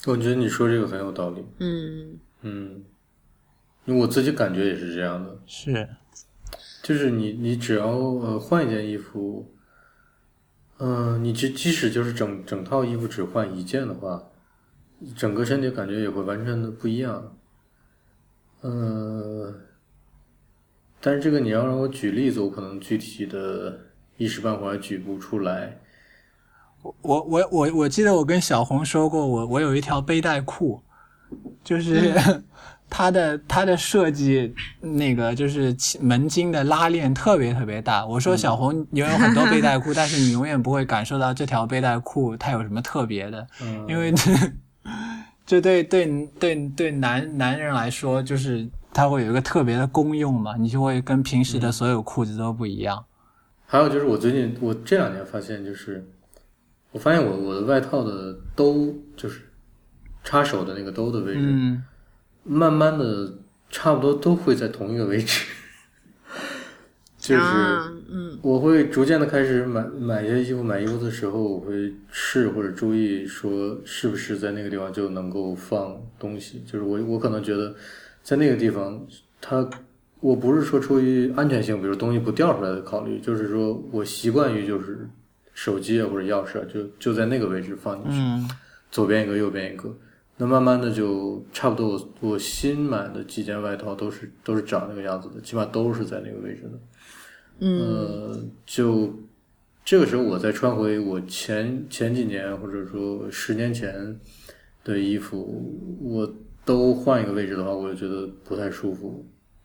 Speaker 1: 我觉得你说这个很有道理，
Speaker 2: 嗯，
Speaker 1: 嗯，因为我自己感觉也是这样的，
Speaker 3: 是，
Speaker 1: 就是你你只要呃换一件衣服，嗯、你即即使就是整整套衣服只换一件的话，整个身体感觉也会完全的不一样，呃，但是这个你要让我举例子，我可能具体的一时半会儿还举不出来，
Speaker 3: 我我我我记得我跟小红说过，我我有一条背带裤，就是 它的它的设计那个就是起门襟的拉链特别特别大。我说小红，你有很多背带裤，但是你永远不会感受到这条背带裤它有什么特别的，
Speaker 1: 嗯、
Speaker 3: 因为这这对对对对男男人来说，就是它会有一个特别的功用嘛，你就会跟平时的所有裤子都不一样。
Speaker 1: 还有就是我最近我这两年发现，就是我发现我我的外套的兜就是插手的那个兜的位置，
Speaker 3: 嗯，
Speaker 1: 慢慢的差不多都会在同一个位置，就是
Speaker 2: 啊，嗯
Speaker 1: 我会逐渐的开始买买一些衣服，买衣服的时候我会试或者注意说是不是在那个地方就能够放东西，就是我我可能觉得在那个地方它。我不是说出于安全性，比如东西不掉出来的考虑，就是说我习惯于就是手机啊或者钥匙啊，就就在那个位置放进去。
Speaker 3: 嗯
Speaker 1: 左边一个，右边一个。那慢慢的就差不多我，我新买的几件外套都是都是长那个样子的，起码都是在那个位置的。
Speaker 2: 嗯
Speaker 1: 呃，就这个时候我再穿回我前前几年或者说十年前的衣服，我都换一个位置的话，我就觉得不太舒服。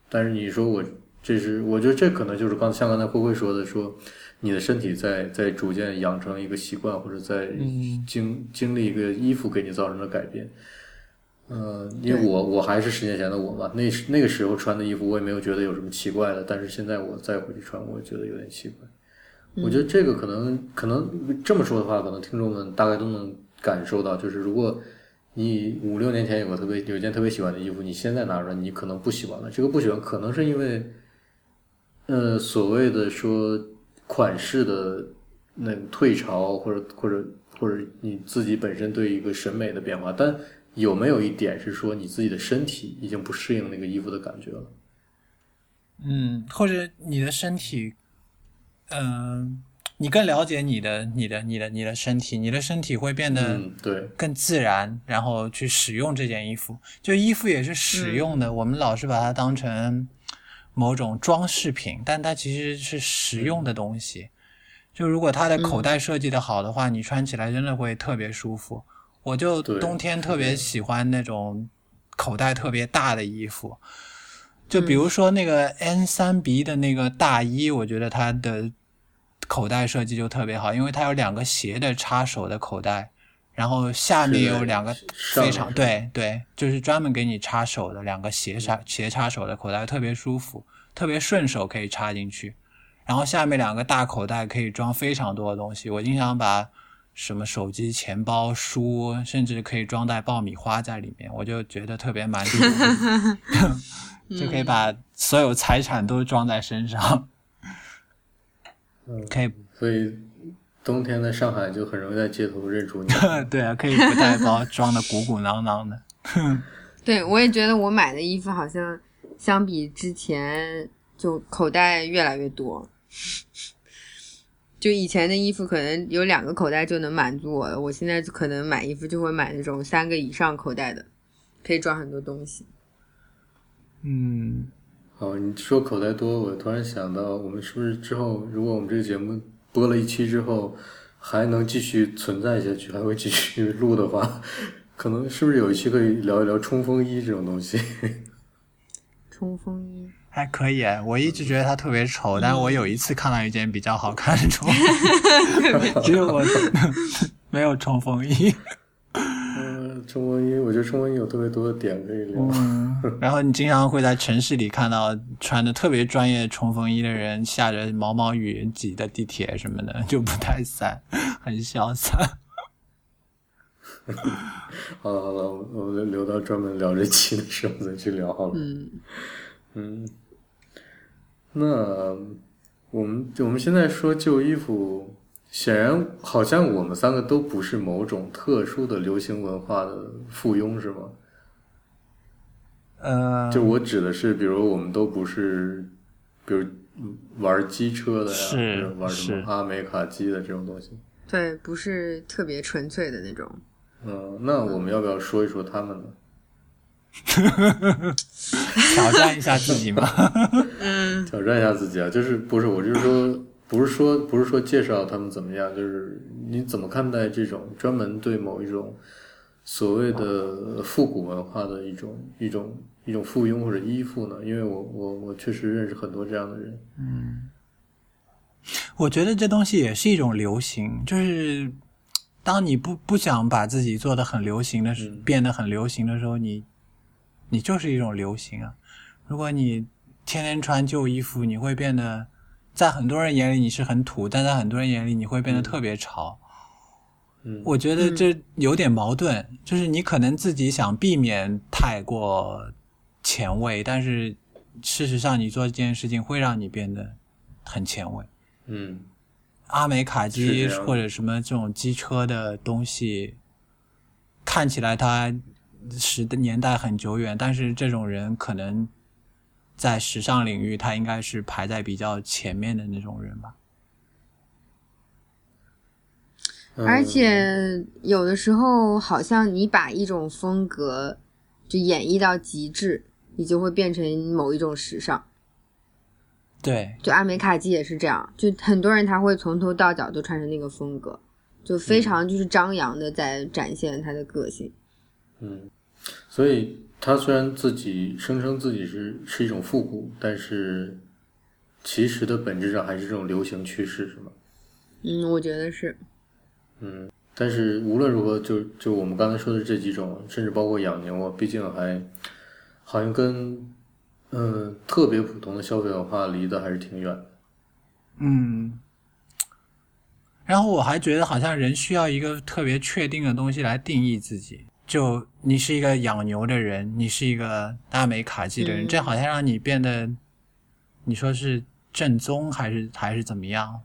Speaker 1: 但是你说我这是，我觉得这可能就是刚像刚才慧慧说的，说你的身体在在逐渐养成一个习惯，或者在
Speaker 3: 嗯
Speaker 1: 经经历一个衣服给你造成的改变。嗯，因为
Speaker 2: 对
Speaker 1: 我我还是十年前的我嘛，那时那个时候穿的衣服我也没有觉得有什么奇怪的，但是现在我再回去穿，我觉得有点奇怪。我觉得这个可能可能这么说的话，可能听众们大概都能感受到，就是如果你五六年前有个特别有一件特别喜欢的衣服，你现在拿出来，你可能不喜欢了。这个不喜欢可能是因为，呃，所谓的说款式的那个退潮，或者或者或者你自己本身对一个审美的变化，但有没有一点是说你自己的身体已经不适应那个衣服的感觉了？
Speaker 3: 嗯，或者你的身体，嗯、你更了解你的、你的、你的、你的身体，你的身体会变得
Speaker 1: 嗯，对，
Speaker 3: 更自然，然后去使用这件衣服。就衣服也是使用的，我们老是把它当成某种装饰品，但它其实是实用的东西。就如果它的口袋设计的好的话，你穿起来真的会特别舒服。我就
Speaker 1: 对
Speaker 3: 冬天特别喜欢那种口袋特别大的衣服，就
Speaker 1: 嗯
Speaker 3: 比如说那个 N 三 B 的那个大衣，我觉得它的口袋设计就特别好，因为它有两个斜的插手的口袋，然后下面
Speaker 1: 是的
Speaker 3: 有两个
Speaker 1: 上
Speaker 3: 非
Speaker 1: 面
Speaker 3: 常
Speaker 1: 是
Speaker 3: 对对，就是专门给你插手的两个斜插斜插手的口袋，特别舒服，特别顺手可以插进去。然后下面两个大口袋可以装非常多的东西，我经常把什么手机、钱包、书，甚至可以装袋爆米花在里面，我就觉得特别满足， 就可以把所有财产都装在身上， 可以
Speaker 1: 所以冬天在上海就很容易在街头认 出你。
Speaker 3: 对啊，可以不带包，装的鼓鼓囊囊的。
Speaker 2: 对，我也觉得我买的衣服好像相比之前就口袋越来越多。就以前的衣服可能有两个口袋就能满足我了，我现在就可能买衣服就会买那种三个以上口袋的，可以装很多东西。
Speaker 3: 嗯，
Speaker 1: 哦，你说口袋多，我突然想到，我们是不是之后，如果我们这个节目播了一期之后，还能继续存在下去，还会继续录的话， 可能是不是有一期可以聊一聊冲锋衣这种东西？
Speaker 2: 冲锋衣
Speaker 3: 还可以，哎我一直觉得它特别丑，但我有一次看到一件比较好看的冲，只有我没有冲锋衣。
Speaker 1: 嗯，冲锋衣，我觉得冲锋衣有特别多的点可以聊。
Speaker 3: 嗯，然后你经常会在城市里看到穿的特别专业冲锋衣的人，下着毛毛雨挤的地铁什么的，就不带伞，很潇洒。
Speaker 1: 好了好了，我呃我们留到专门聊这期的时候再去聊好了。
Speaker 2: 嗯，
Speaker 1: 嗯，那我们我们现在说旧衣服，显然好像我们三个都不是某种特殊的流行文化的附庸，是吗？
Speaker 3: 呃，
Speaker 1: 就我指的是，比如我们都不是，比如玩机车的呀，
Speaker 3: 是
Speaker 1: 或者玩什
Speaker 3: 是
Speaker 1: 么阿美卡机的这种东西。
Speaker 2: 对，不是特别纯粹的那种。
Speaker 1: 嗯，那我们要不要说一说他们呢？
Speaker 3: 挑战一下自己嘛。
Speaker 2: 嗯，
Speaker 1: 挑战一下自己啊，就是不是我就是说，不是说不是说介绍他们怎么样，就是你怎么看待这种专门对某一种所谓的复古文化的一种一种一种附庸或者依附呢？因为我我我确实认识很多这样的人，
Speaker 3: 我觉得这东西也是一种流行，就是当你不不想把自己做的很流行的时，
Speaker 1: 嗯
Speaker 3: 变得很流行的时候，你你就是一种流行啊。如果你天天穿旧衣服，你会变得，在很多人眼里你是很土，但在很多人眼里你会变得特别潮。
Speaker 1: 嗯，
Speaker 3: 我觉得这有点矛盾，就是你可能自己想避免太过前卫，但是事实上你做这件事情会让你变得很前卫。
Speaker 1: 嗯
Speaker 3: 阿美卡机
Speaker 1: 是这样
Speaker 3: 或者什么这种机车的东西，看起来它时的年代很久远，但是这种人可能在时尚领域，他应该是排在比较前面的那种人吧。
Speaker 1: 嗯
Speaker 2: 而且有的时候好像你把一种风格就演绎到极致，你就会变成某一种时尚。
Speaker 3: 对，
Speaker 2: 就阿美卡基也是这样，就很多人他会从头到脚都穿着那个风格，就非常就是张扬的在展现他的个性。
Speaker 1: 嗯，所以他虽然自己声称自己是是一种复古，但是其实的本质上还是这种流行趋势，是吗？
Speaker 2: 嗯，我觉得是，
Speaker 1: 嗯，但是无论如何，就就我们刚才说的这几种，甚至包括养牛啊，毕竟还好像跟嗯、呃特别普通的消费文化离得还是挺远的。
Speaker 3: 嗯。然后我还觉得，好像人需要一个特别确定的东西来定义自己。就你是一个养牛的人，你是一个阿美卡基的人，
Speaker 2: 嗯
Speaker 3: 这好像让你变得，你说是正宗还是还是怎么样？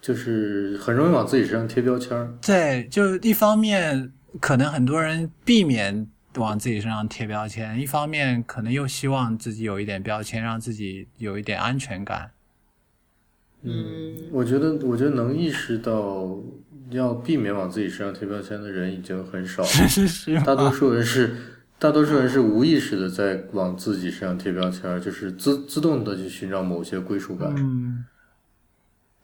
Speaker 1: 就是很容易往自己身上贴标签儿，
Speaker 3: 对，就一方面可能很多人避免往自己身上贴标签，一方面可能又希望自己有一点标签，让自己有一点安全感。
Speaker 2: 嗯
Speaker 1: 我觉得，我觉得能意识到要避免往自己身上贴标签的人已经很少了，
Speaker 3: 是是
Speaker 1: 大多数人是，大多数人是无意识的在往自己身上贴标签儿，就是自自动的去寻找某些归属感。
Speaker 3: 嗯，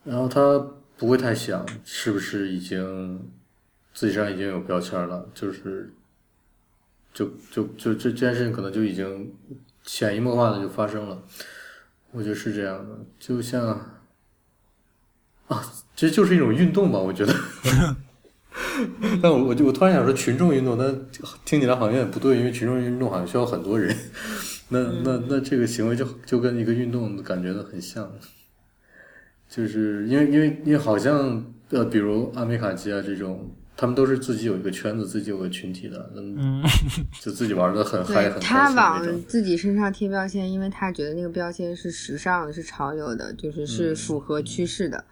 Speaker 1: 然后他不会太想是不是已经自己上已经有标签了，就是就就就这这件事情可能就已经潜移默化的就发生了，我觉得是这样的，就像啊，其实就是一种运动吧，我觉得。但我我就我突然想说群众运动，但听起来好像也不对，因为群众运动好像需要很多人，那
Speaker 2: 嗯
Speaker 1: 那那这个行为就就跟一个运动感觉的很像。就是因为因为因为好像呃，比如阿美卡基啊这种，他们都是自己有一个圈子，自己有个群体的，嗯，就自己玩的很嗨，
Speaker 2: 对
Speaker 1: 很开
Speaker 2: 他
Speaker 1: 心那种
Speaker 2: 往。自己身上贴标签，因为他觉得那个标签是时尚的，是潮流的，就是是符合趋势的。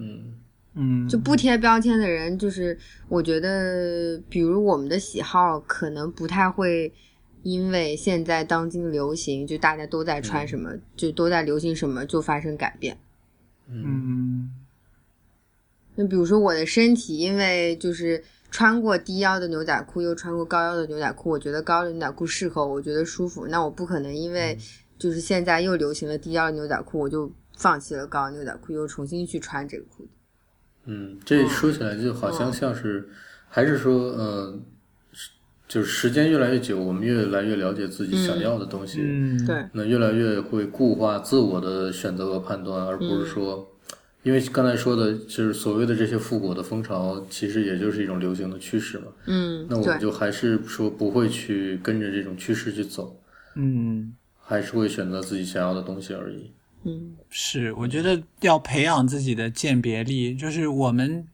Speaker 1: 嗯
Speaker 3: 嗯，
Speaker 2: 就不贴标签的人，就是我觉得，比如我们的喜好可能不太会，因为现在当今流行，就大家都在穿什么，就都在流行什么，就发生改变。
Speaker 1: 嗯
Speaker 3: 嗯
Speaker 2: 那比如说我的身体，因为就是穿过低腰的牛仔裤，又穿过高腰的牛仔裤，我觉得高腰的牛仔裤适合我，我觉得舒服。那我不可能因为就是现在又流行了低腰牛仔裤，我就放弃了高腰牛仔裤，又重新去穿这个裤子。
Speaker 1: 嗯，这说起来就好像像是，还是说，嗯、就是时间越来越久，我们越来越了解自己想要的东西，
Speaker 3: 嗯，
Speaker 2: 对，
Speaker 1: 那越来越会固化自我的选择和判断，而不是说，因为刚才说的，就是所谓的这些复古的风潮，其实也就是一种流行的趋势嘛。
Speaker 2: 嗯，
Speaker 1: 那我们
Speaker 2: 对，
Speaker 1: 就还是说不会去跟着这种趋势去走，
Speaker 3: 嗯，
Speaker 1: 还是会选择自己想要的东西而已。
Speaker 2: 嗯
Speaker 3: 是，我觉得要培养自己的鉴别力，就是我们，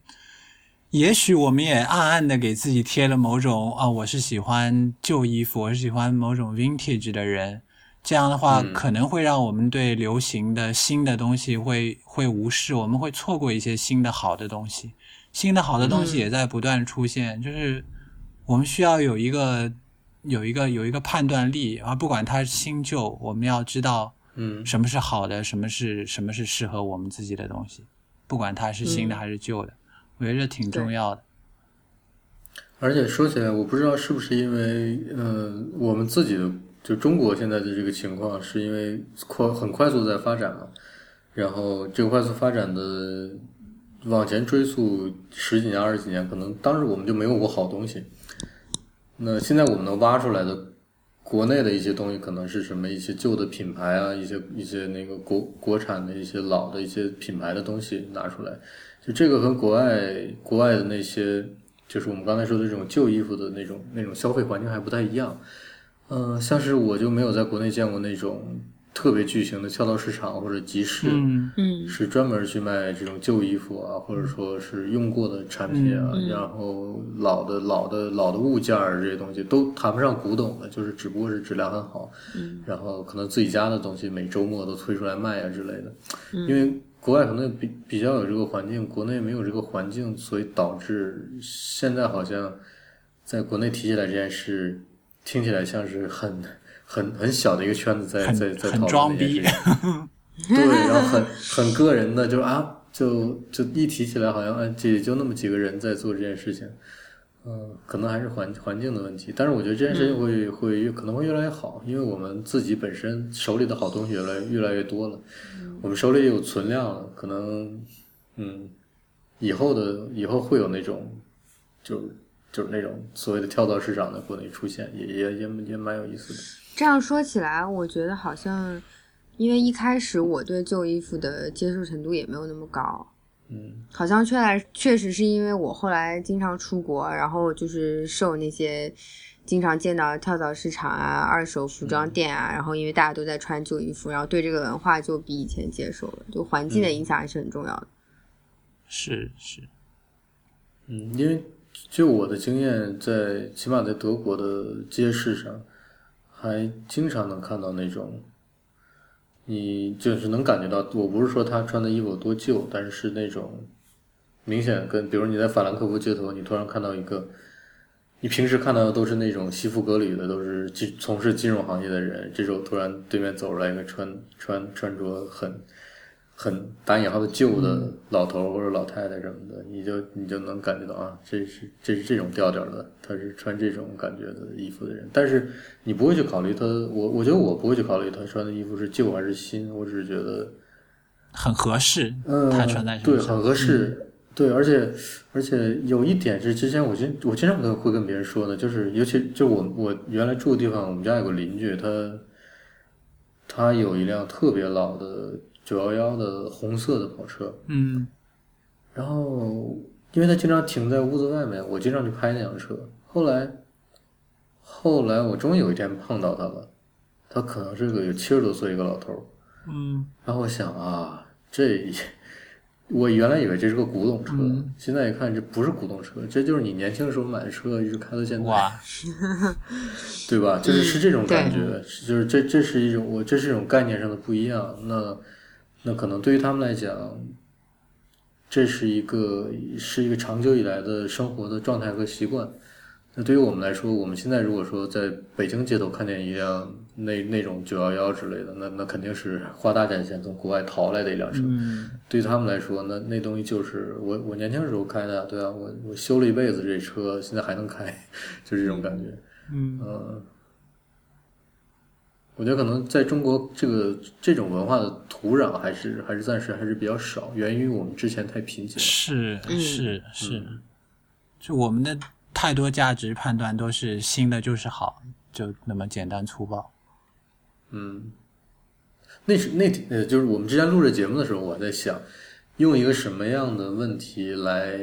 Speaker 3: 也许我们也暗暗的给自己贴了某种啊，我是喜欢旧衣服，我是喜欢某种 vintage 的人，这样的话、
Speaker 1: 嗯
Speaker 3: 可能会让我们对流行的新的东西会会无视，我们会错过一些新的好的东西，新的好的东西也在不断出现，就是我们需要有一个有一个有一个判断力，而不管它是新旧，我们要知道。
Speaker 1: 嗯，
Speaker 3: 什么是好的，什么是什么是适合我们自己的东西，不管它是新的
Speaker 2: 嗯
Speaker 3: 还是旧的，我觉得这挺重要的。
Speaker 1: 而且说起来，我不知道是不是因为，呃，我们自己的就中国现在的这个情况，是因为快很快速在发展嘛，然后这个快速发展的往前追溯十几年、二十几年，可能当时我们就没有过好东西。那现在我们能挖出来的国内的一些东西，可能是什么一些旧的品牌啊，一些一些那个国国产的一些老的一些品牌的东西拿出来，就这个和国外国外的那些，就是我们刚才说的这种旧衣服的那种那种消费环境还不太一样。嗯、像是我就没有在国内见过那种特别巨型的跳蚤市场或者集市，
Speaker 3: 嗯
Speaker 2: 嗯
Speaker 1: 是专门去卖这种旧衣服啊，或者说是用过的产品啊，
Speaker 2: 嗯嗯
Speaker 1: 然后老的老的老的物件儿这些东西都谈不上古董了，就是只不过是质量很好，
Speaker 2: 嗯
Speaker 1: 然后可能自己家的东西每周末都推出来卖啊之类的。
Speaker 2: 嗯
Speaker 1: 因为国外可能比比较有这个环境，国内没有这个环境，所以导致现在好像在国内提起来这件事，听起来像是很 很很小的一个圈子在
Speaker 3: 很
Speaker 1: 在在
Speaker 3: 很
Speaker 1: 讨
Speaker 3: 装
Speaker 1: 论这件
Speaker 3: 逼
Speaker 1: 事情。 对，然后很很个人的，就是啊，就就一提起来，好像哎，也就那么几个人在做这件事情。嗯、可能还是环环境的问题，但是我觉得这件事情会、会越可能会越来越好，因为我们自己本身手里的好东西越来越来越多了，我们手里也有存量了，可能嗯，以后的以后会有那种就就是那种所谓的跳蚤市场在国内出现，也也也也蛮有意思的。
Speaker 2: 这样说起来，我觉得好像，因为一开始我对旧衣服的接受程度也没有那么高，
Speaker 1: 嗯
Speaker 2: 好像确来确实是因为我后来经常出国，然后就是受那些经常见到的跳蚤市场啊、二手服装店啊，然后因为大家都在穿旧衣服，然后对这个文化就比以前接受了，就环境的影响还是很重要的。
Speaker 3: 是是，
Speaker 1: 嗯，因为就我的经验，在起码在德国的街市上，还经常能看到那种，你就是能感觉到，我不是说他穿的衣服有多旧，但是是那种明显跟，比如你在法兰克福街头，你突然看到一个，你平时看到的都是那种西服革履的，都是金从事金融行业的人，这时候突然对面走出来一个穿穿穿着很很打引号的旧的老头儿或者老太太什么的，你就你就能感觉到啊，这是这是这种调调的，他是穿这种感觉的衣服的人。但是你不会去考虑他，我我觉得我不会去考虑他穿的衣服是旧还是新，我只是觉得
Speaker 3: 很合适，
Speaker 1: 嗯，
Speaker 3: 它穿在身
Speaker 1: 对，
Speaker 3: 上
Speaker 1: 很合适。对，而且而且有一点是，之前我经我经常跟会跟别人说的，就是尤其就我我原来住的地方，我们家有个邻居，他他有一辆特别老的九幺幺的红色的跑车，
Speaker 3: 嗯
Speaker 1: 然后因为他经常停在屋子外面，我经常去拍那辆车。后来，后来我终于有一天碰到他了，他可能是个有七十多岁一个老头儿。
Speaker 3: 嗯
Speaker 1: 然后我想啊，这我原来以为这是个古董车，
Speaker 3: 嗯
Speaker 1: 现在一看这不是古董车，这就是你年轻的时候买的车，一直开到现在，
Speaker 3: 哇，
Speaker 1: 对吧？就是是这种感觉，
Speaker 2: 对
Speaker 1: 是就是这这是一种我这是一种概念上的不一样。那那可能对于他们来讲，这是一个是一个长久以来的生活的状态和习惯。那对于我们来说，我们现在如果说在北京街头看见一辆那那种九幺幺之类的，那那肯定是花大价钱从国外淘来的一辆车。
Speaker 3: 嗯
Speaker 1: 对他们来说，那那东西就是我我年轻时候开的，对啊，我我修了一辈子这车， 嗯现在还能开，就这种感觉。
Speaker 3: 嗯，
Speaker 1: 嗯，我觉得可能在中国这个这种文化的土壤还是还是暂时还是比较少，源于我们之前太贫瘠了。
Speaker 3: 是
Speaker 2: 嗯
Speaker 3: 是是，就我们的太多价值判断都是新的就是好，就那么简单粗暴。
Speaker 1: 嗯，那是那天呃，就是我们之前录这节目的时候，我还在想，用一个什么样的问题来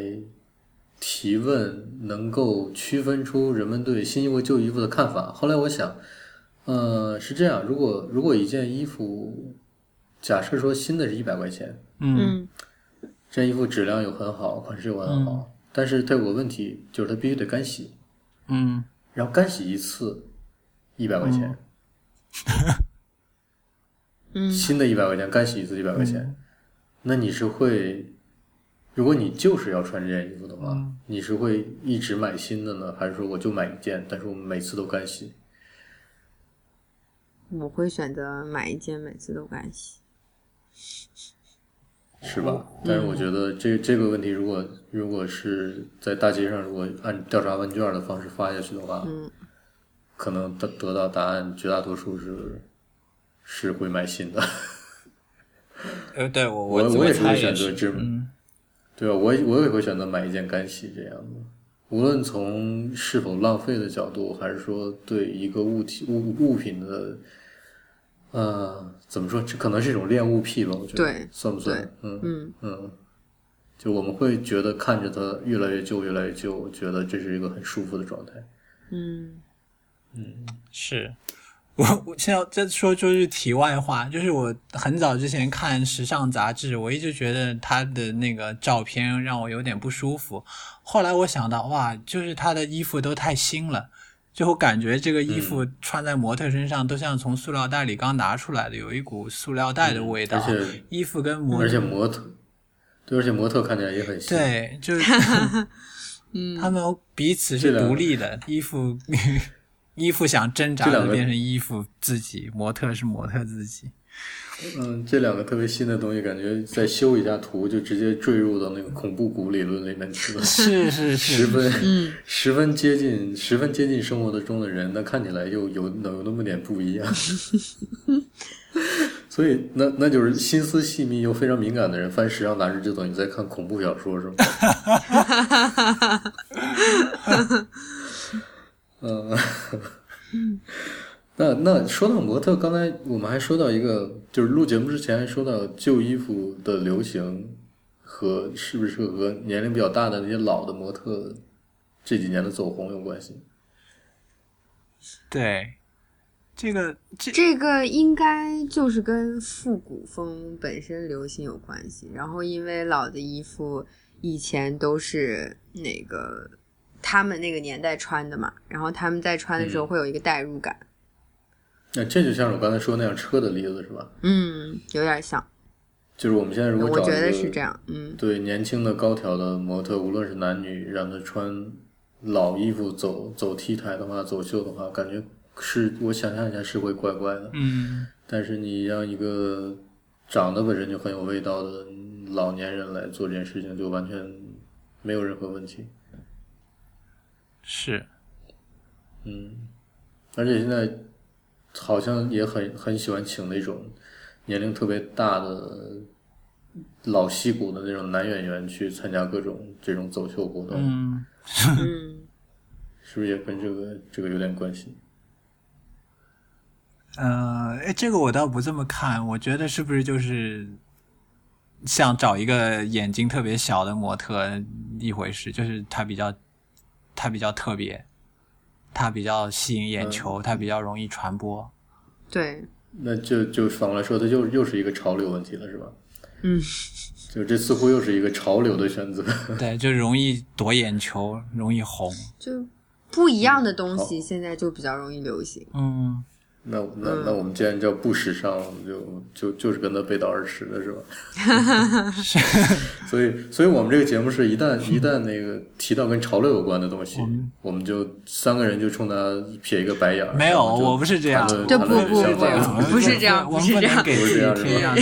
Speaker 1: 提问，能够区分出人们对新衣服旧衣服的看法。后来我想，呃，是这样，如果如果一件衣服，假设说新的是一百块钱，
Speaker 3: 嗯
Speaker 2: 嗯
Speaker 1: 这件衣服质量又很好，款式又很好，但是它有个问题，就是它必须得干洗，
Speaker 3: 嗯，
Speaker 1: 然后干洗一次一百块钱。
Speaker 3: 嗯
Speaker 2: 嗯
Speaker 1: 新的一百块钱，干洗一次一百块钱，那你是会，如果你就是要穿这件衣服的话，
Speaker 3: 嗯
Speaker 1: 你是会一直买新的呢，还是说我就买一件，但是我每次都干洗？
Speaker 2: 嗯我会选择买一件，每次都干洗。
Speaker 1: 是吧？但是我觉得这这个问题，如果如果是在大街上，如果按调查问卷的方式发下去的话，
Speaker 2: 嗯
Speaker 1: 可能得得到答案，绝大多数是是会买新的。
Speaker 3: 呃，对我
Speaker 1: 我我
Speaker 3: 我
Speaker 1: 也是
Speaker 3: 猜
Speaker 1: 会选择
Speaker 3: 是
Speaker 1: 这么
Speaker 3: 嗯
Speaker 1: 对吧？我也我也会选择买一件干洗这样的，无论从是否浪费的角度，还是说对一个物体物物品的，呃，怎么说？这可能是一种恋物癖吧？我觉得
Speaker 2: 对
Speaker 1: 算不
Speaker 2: 对
Speaker 1: 算？嗯
Speaker 2: 嗯
Speaker 1: 嗯，就我们会觉得看着它越来越旧，越来越旧，觉得这是一个很舒服的状态。
Speaker 2: 嗯
Speaker 3: 是。我我现在再说就是题外话，就是我很早之前看时尚杂志，我一直觉得他的那个照片让我有点不舒服。后来我想到，哇，就是他的衣服都太新了，就我感觉这个
Speaker 1: 嗯
Speaker 3: 衣服穿在模特身上都像从塑料袋里刚拿出来的，有一股塑料袋的味道。
Speaker 1: 嗯而且
Speaker 3: 衣服跟模
Speaker 1: 而且模特，对，而且模特看起来也很新。
Speaker 3: 对，就是他们彼此
Speaker 1: 这
Speaker 3: 是
Speaker 1: 两个
Speaker 3: 独立的，衣服 衣服想挣扎
Speaker 1: 这两
Speaker 3: 的
Speaker 1: 个
Speaker 3: 变成衣服自己，模特是模特自 己。
Speaker 1: 嗯，这两个特别新的东西，感觉再修一下图，就直接坠入到那个恐怖谷理论里面去了。
Speaker 3: 是是
Speaker 1: 十
Speaker 3: 是，
Speaker 1: 分
Speaker 2: 嗯，
Speaker 1: 十分接近十分接近生活的中的人，那看起来又有有那么点不一样。 所以，那那就是心思细密又非常敏感的人翻时尚杂志，就等于在看恐怖小说，是吗？ 嗯，那那说到模特，刚才我们还说到一个，就是录节目之前还说到旧衣服的流行和是不是和年龄比较大的那些老的模特这几年的走红有关系？
Speaker 3: 对，这个这
Speaker 2: 这个应该就是跟复古风本身流行有关系。然后因为老的衣服以前都是那个他们那个年代穿的嘛，然后他们在穿的时候会有一个代入感，
Speaker 1: 那这就像我刚才说那辆车的例子是吧？
Speaker 2: 嗯，有点像，
Speaker 1: 就是我们现在如果
Speaker 2: 我
Speaker 1: 找
Speaker 2: 觉得
Speaker 1: 一个
Speaker 2: 是这样，嗯
Speaker 1: 对年轻的高挑的模特，无论是男女，让他穿老衣服走走 T 台的话，走秀的话，感觉是我想象一下是会怪怪的。
Speaker 3: 嗯
Speaker 1: 但是你让一个长得本身就很有味道的老年人来做这件事情，就完全没有任何问题。
Speaker 3: 是
Speaker 1: 嗯，而且现在好像也很很喜欢请那种年龄特别大的老戏骨的那种男演员去参加各种这种走秀活动，
Speaker 3: 嗯
Speaker 2: 嗯
Speaker 1: 是不是也跟这个这个有点关系？
Speaker 3: 呃，哎，这个我倒不这么看，我觉得是不是就是。像找一个眼睛特别小的模特一回事，就是他比较，他比较特别，他比较吸引眼球，
Speaker 2: 嗯
Speaker 3: 他比较容易传播。
Speaker 2: 对，
Speaker 1: 那就就反过来说，它又又是一个潮流问题了，是吧？
Speaker 2: 嗯，
Speaker 1: 就这似乎又是一个潮流的选择。
Speaker 3: 对，就容易夺眼球，容易红。
Speaker 2: 就不一样的东西现在就比较容易流行，
Speaker 3: 嗯，
Speaker 1: 那那那我们既然叫不时尚了，我们就就就是跟他背道而驰的是吧？ 所以，所以我们这个节目是一旦一旦那个提到跟潮流有关的东西，我们就三个人就冲他撇一个白眼儿。
Speaker 3: 没有，
Speaker 1: 然后就
Speaker 3: 我不是这样
Speaker 1: 谈，论
Speaker 2: 对
Speaker 1: 谈论
Speaker 2: 不不
Speaker 1: 这个
Speaker 2: 不不是这样不
Speaker 3: 我们
Speaker 2: 是
Speaker 3: 不
Speaker 2: 这样
Speaker 3: 能给自己贴上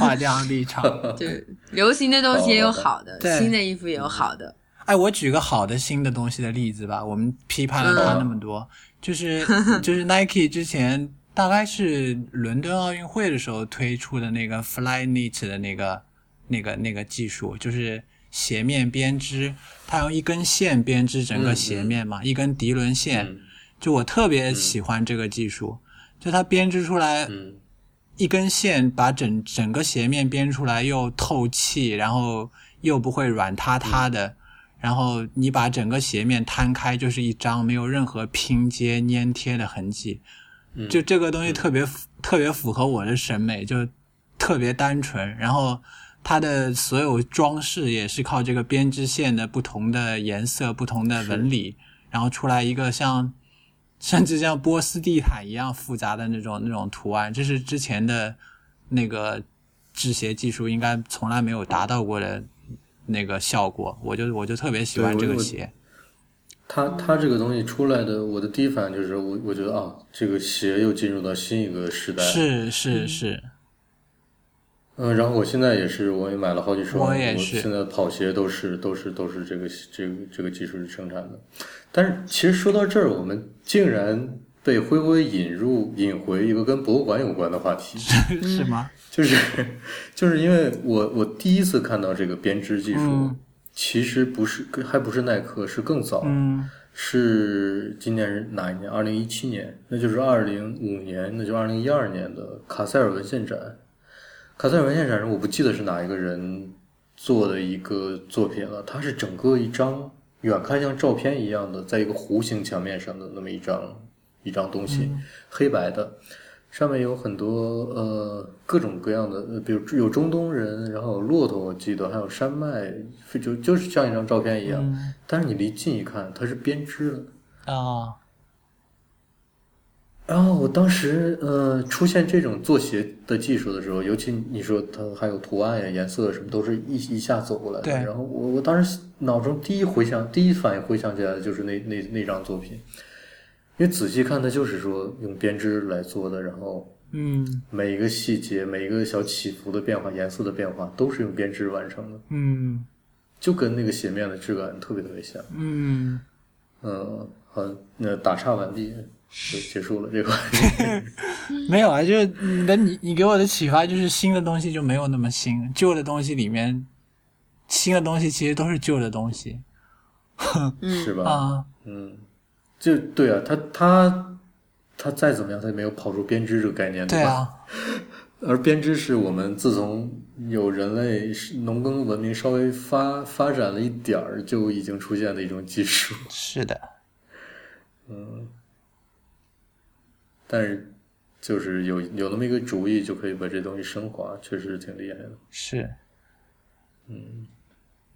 Speaker 3: 画这样立场。
Speaker 2: 对，流行的东西也有好的，
Speaker 3: 对
Speaker 2: 新的衣服也有好的，
Speaker 3: 哎，我举个好的新的
Speaker 1: 嗯
Speaker 3: 东西的例子吧，我们批判了它那么多，就是就是 Nike 之前大概是伦敦奥运会的时候推出的那个 Flyknit 的那个那个那个技术，就是鞋面编织，它用一根线编织整个鞋面嘛，一根涤纶线。
Speaker 1: 嗯
Speaker 3: 就我特别喜欢这个技术，就它编织出来
Speaker 1: 嗯
Speaker 3: 一根线，把整整个鞋面编出来又透气，然后又不会软塌塌的。
Speaker 1: 嗯
Speaker 3: 然后你把整个鞋面摊开，就是一张没有任何拼接粘贴的痕迹。
Speaker 1: 嗯
Speaker 3: 就这个东西特别符、特别符合我的审美，就特别单纯。然后它的所有装饰也是靠这个编织线的不同的颜色、不同的纹理，然后出来一个像 甚至像波斯地毯一样复杂的那种那种图案。这是之前的那个制鞋技术应该从来没有达到过的那个效果。我就我就特别喜欢
Speaker 1: 对
Speaker 3: 这
Speaker 1: 我
Speaker 3: 个
Speaker 1: 我
Speaker 3: 鞋。
Speaker 1: 它它这个东西出来的，我的第一反应就是我我觉得啊，这个鞋又进入到新一个时代。。
Speaker 3: 是是是，
Speaker 1: 嗯，然后我现在也是，我也买了好几双，
Speaker 3: 我
Speaker 1: 我
Speaker 3: 也是
Speaker 1: 现在跑鞋都是都是都是这个这个这个技术生产的。但是其实说到这儿，我们竟然被灰灰引入引回一个跟博物馆有关的话题。
Speaker 3: 是吗？
Speaker 1: 就是就是因为我我第一次看到这个编织技术，
Speaker 3: 嗯
Speaker 1: 其实不是还不是耐克，是更早，
Speaker 3: 嗯
Speaker 1: 是今年是哪一年？二零一七年，那就是二零五年，那就二零一二年的卡塞尔文献展。卡塞尔文献展上，我不记得是哪一个人做的一个作品了，它是整个一张远看像照片一样的，在一个弧形墙面上的那么一张一张东西，黑白的，上面有很多呃各种各样的，呃比如有中东人，然后有骆驼，我记得还有山脉，就就是像一张照片一样。
Speaker 3: 嗯
Speaker 1: 但是你离近一看，它是编织的。
Speaker 3: 啊、
Speaker 1: 然哦后我当时呃出现这种做鞋的技术的时候，尤其你说它还有图案呀、颜色什么，都是一一下走过来的。
Speaker 3: 对
Speaker 1: 然后我我当时脑中第一回想、第一反应回想起来的就是那那那张作品，因为仔细看它就是说用编织来做的，然后
Speaker 3: 嗯
Speaker 1: 每一个细节、每一个小起伏的变化、颜色的变化都是用编织完成的，
Speaker 3: 嗯
Speaker 1: 就跟那个鞋面的质感特别特别像。
Speaker 3: 嗯，
Speaker 1: 嗯，好，那打岔完毕，就结束了这个 话题。
Speaker 3: 没有啊，就是你的你你给我的启发就是新的东西就没有那么新，旧的东西里面，新的东西其实都是旧的东西
Speaker 2: 嗯
Speaker 1: 是吧？
Speaker 3: 啊。
Speaker 1: 嗯，就对啊，他他他再怎么样，他也没有跑出编织这个概念，
Speaker 3: 对
Speaker 1: 吧？
Speaker 3: 啊，
Speaker 1: 而编织是我们自从有人类农耕文明稍微发发展了一点儿，就已经出现的一种技术。
Speaker 3: 是的，
Speaker 1: 但是就是有有那么一个主意，就可以把这东西升华，确实挺厉害的。
Speaker 3: 是，嗯。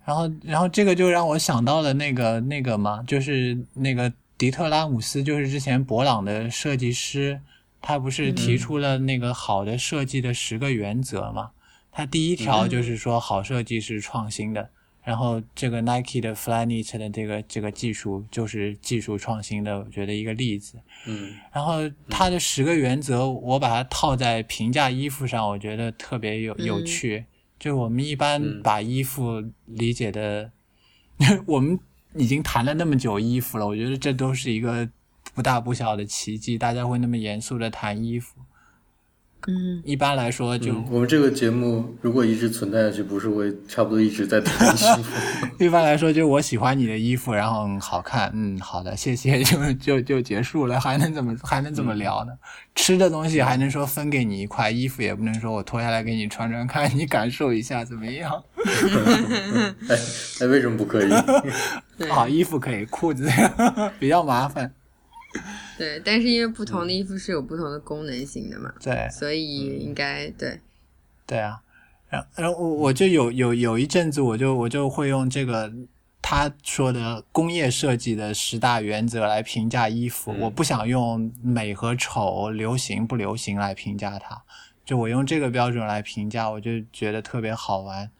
Speaker 3: 然后，然后这个就让我想到了那个那个嘛，就是那个迪特拉姆斯，就是之前博朗的设计师，他不是提出了那个好的设计的十个原则嘛？他第一条就是说好设计是创新的，然后这个 Nike 的 Flyknit 的这个这个技术就是技术创新的，我觉得一个例子。
Speaker 1: 嗯
Speaker 3: 然后它的十个原则，我把它套在平价衣服上，我觉得特别有有趣。就是我们一般
Speaker 1: 嗯
Speaker 3: 把衣服理解的， 我们已经谈了那么久衣服了，我觉得这都是一个不大不小的奇迹。大家会那么严肃的谈衣服，
Speaker 2: 嗯，
Speaker 3: 一般来说就、
Speaker 1: 嗯，我们这个节目如果一直存在下去，不是会差不多一直在谈衣服？
Speaker 3: 一般来说就是我喜欢你的衣服，然后嗯好看，嗯好的，谢谢， 就就就结束了，还能怎么还能怎么聊呢？吃的东西还能说分给你一块，衣服也不能说我脱下来给你穿穿看，你感受一下怎么样？
Speaker 1: 哎哎，为什么不可以？
Speaker 2: 对
Speaker 3: 好，衣服可以，裤子 比较麻烦，
Speaker 2: 对，但是因为不同的衣服是有不同的功能性的嘛，
Speaker 3: 对。
Speaker 2: 所
Speaker 3: 嗯
Speaker 2: 以应该对，
Speaker 3: 对啊，然然后我我就有有有一阵子，我就我就会用这个他说的工业设计的十大原则来评价衣服。
Speaker 1: 嗯
Speaker 3: 我不想用美和丑、流行不流行来评价它，就我用这个标准来评价，我就觉得特别好玩。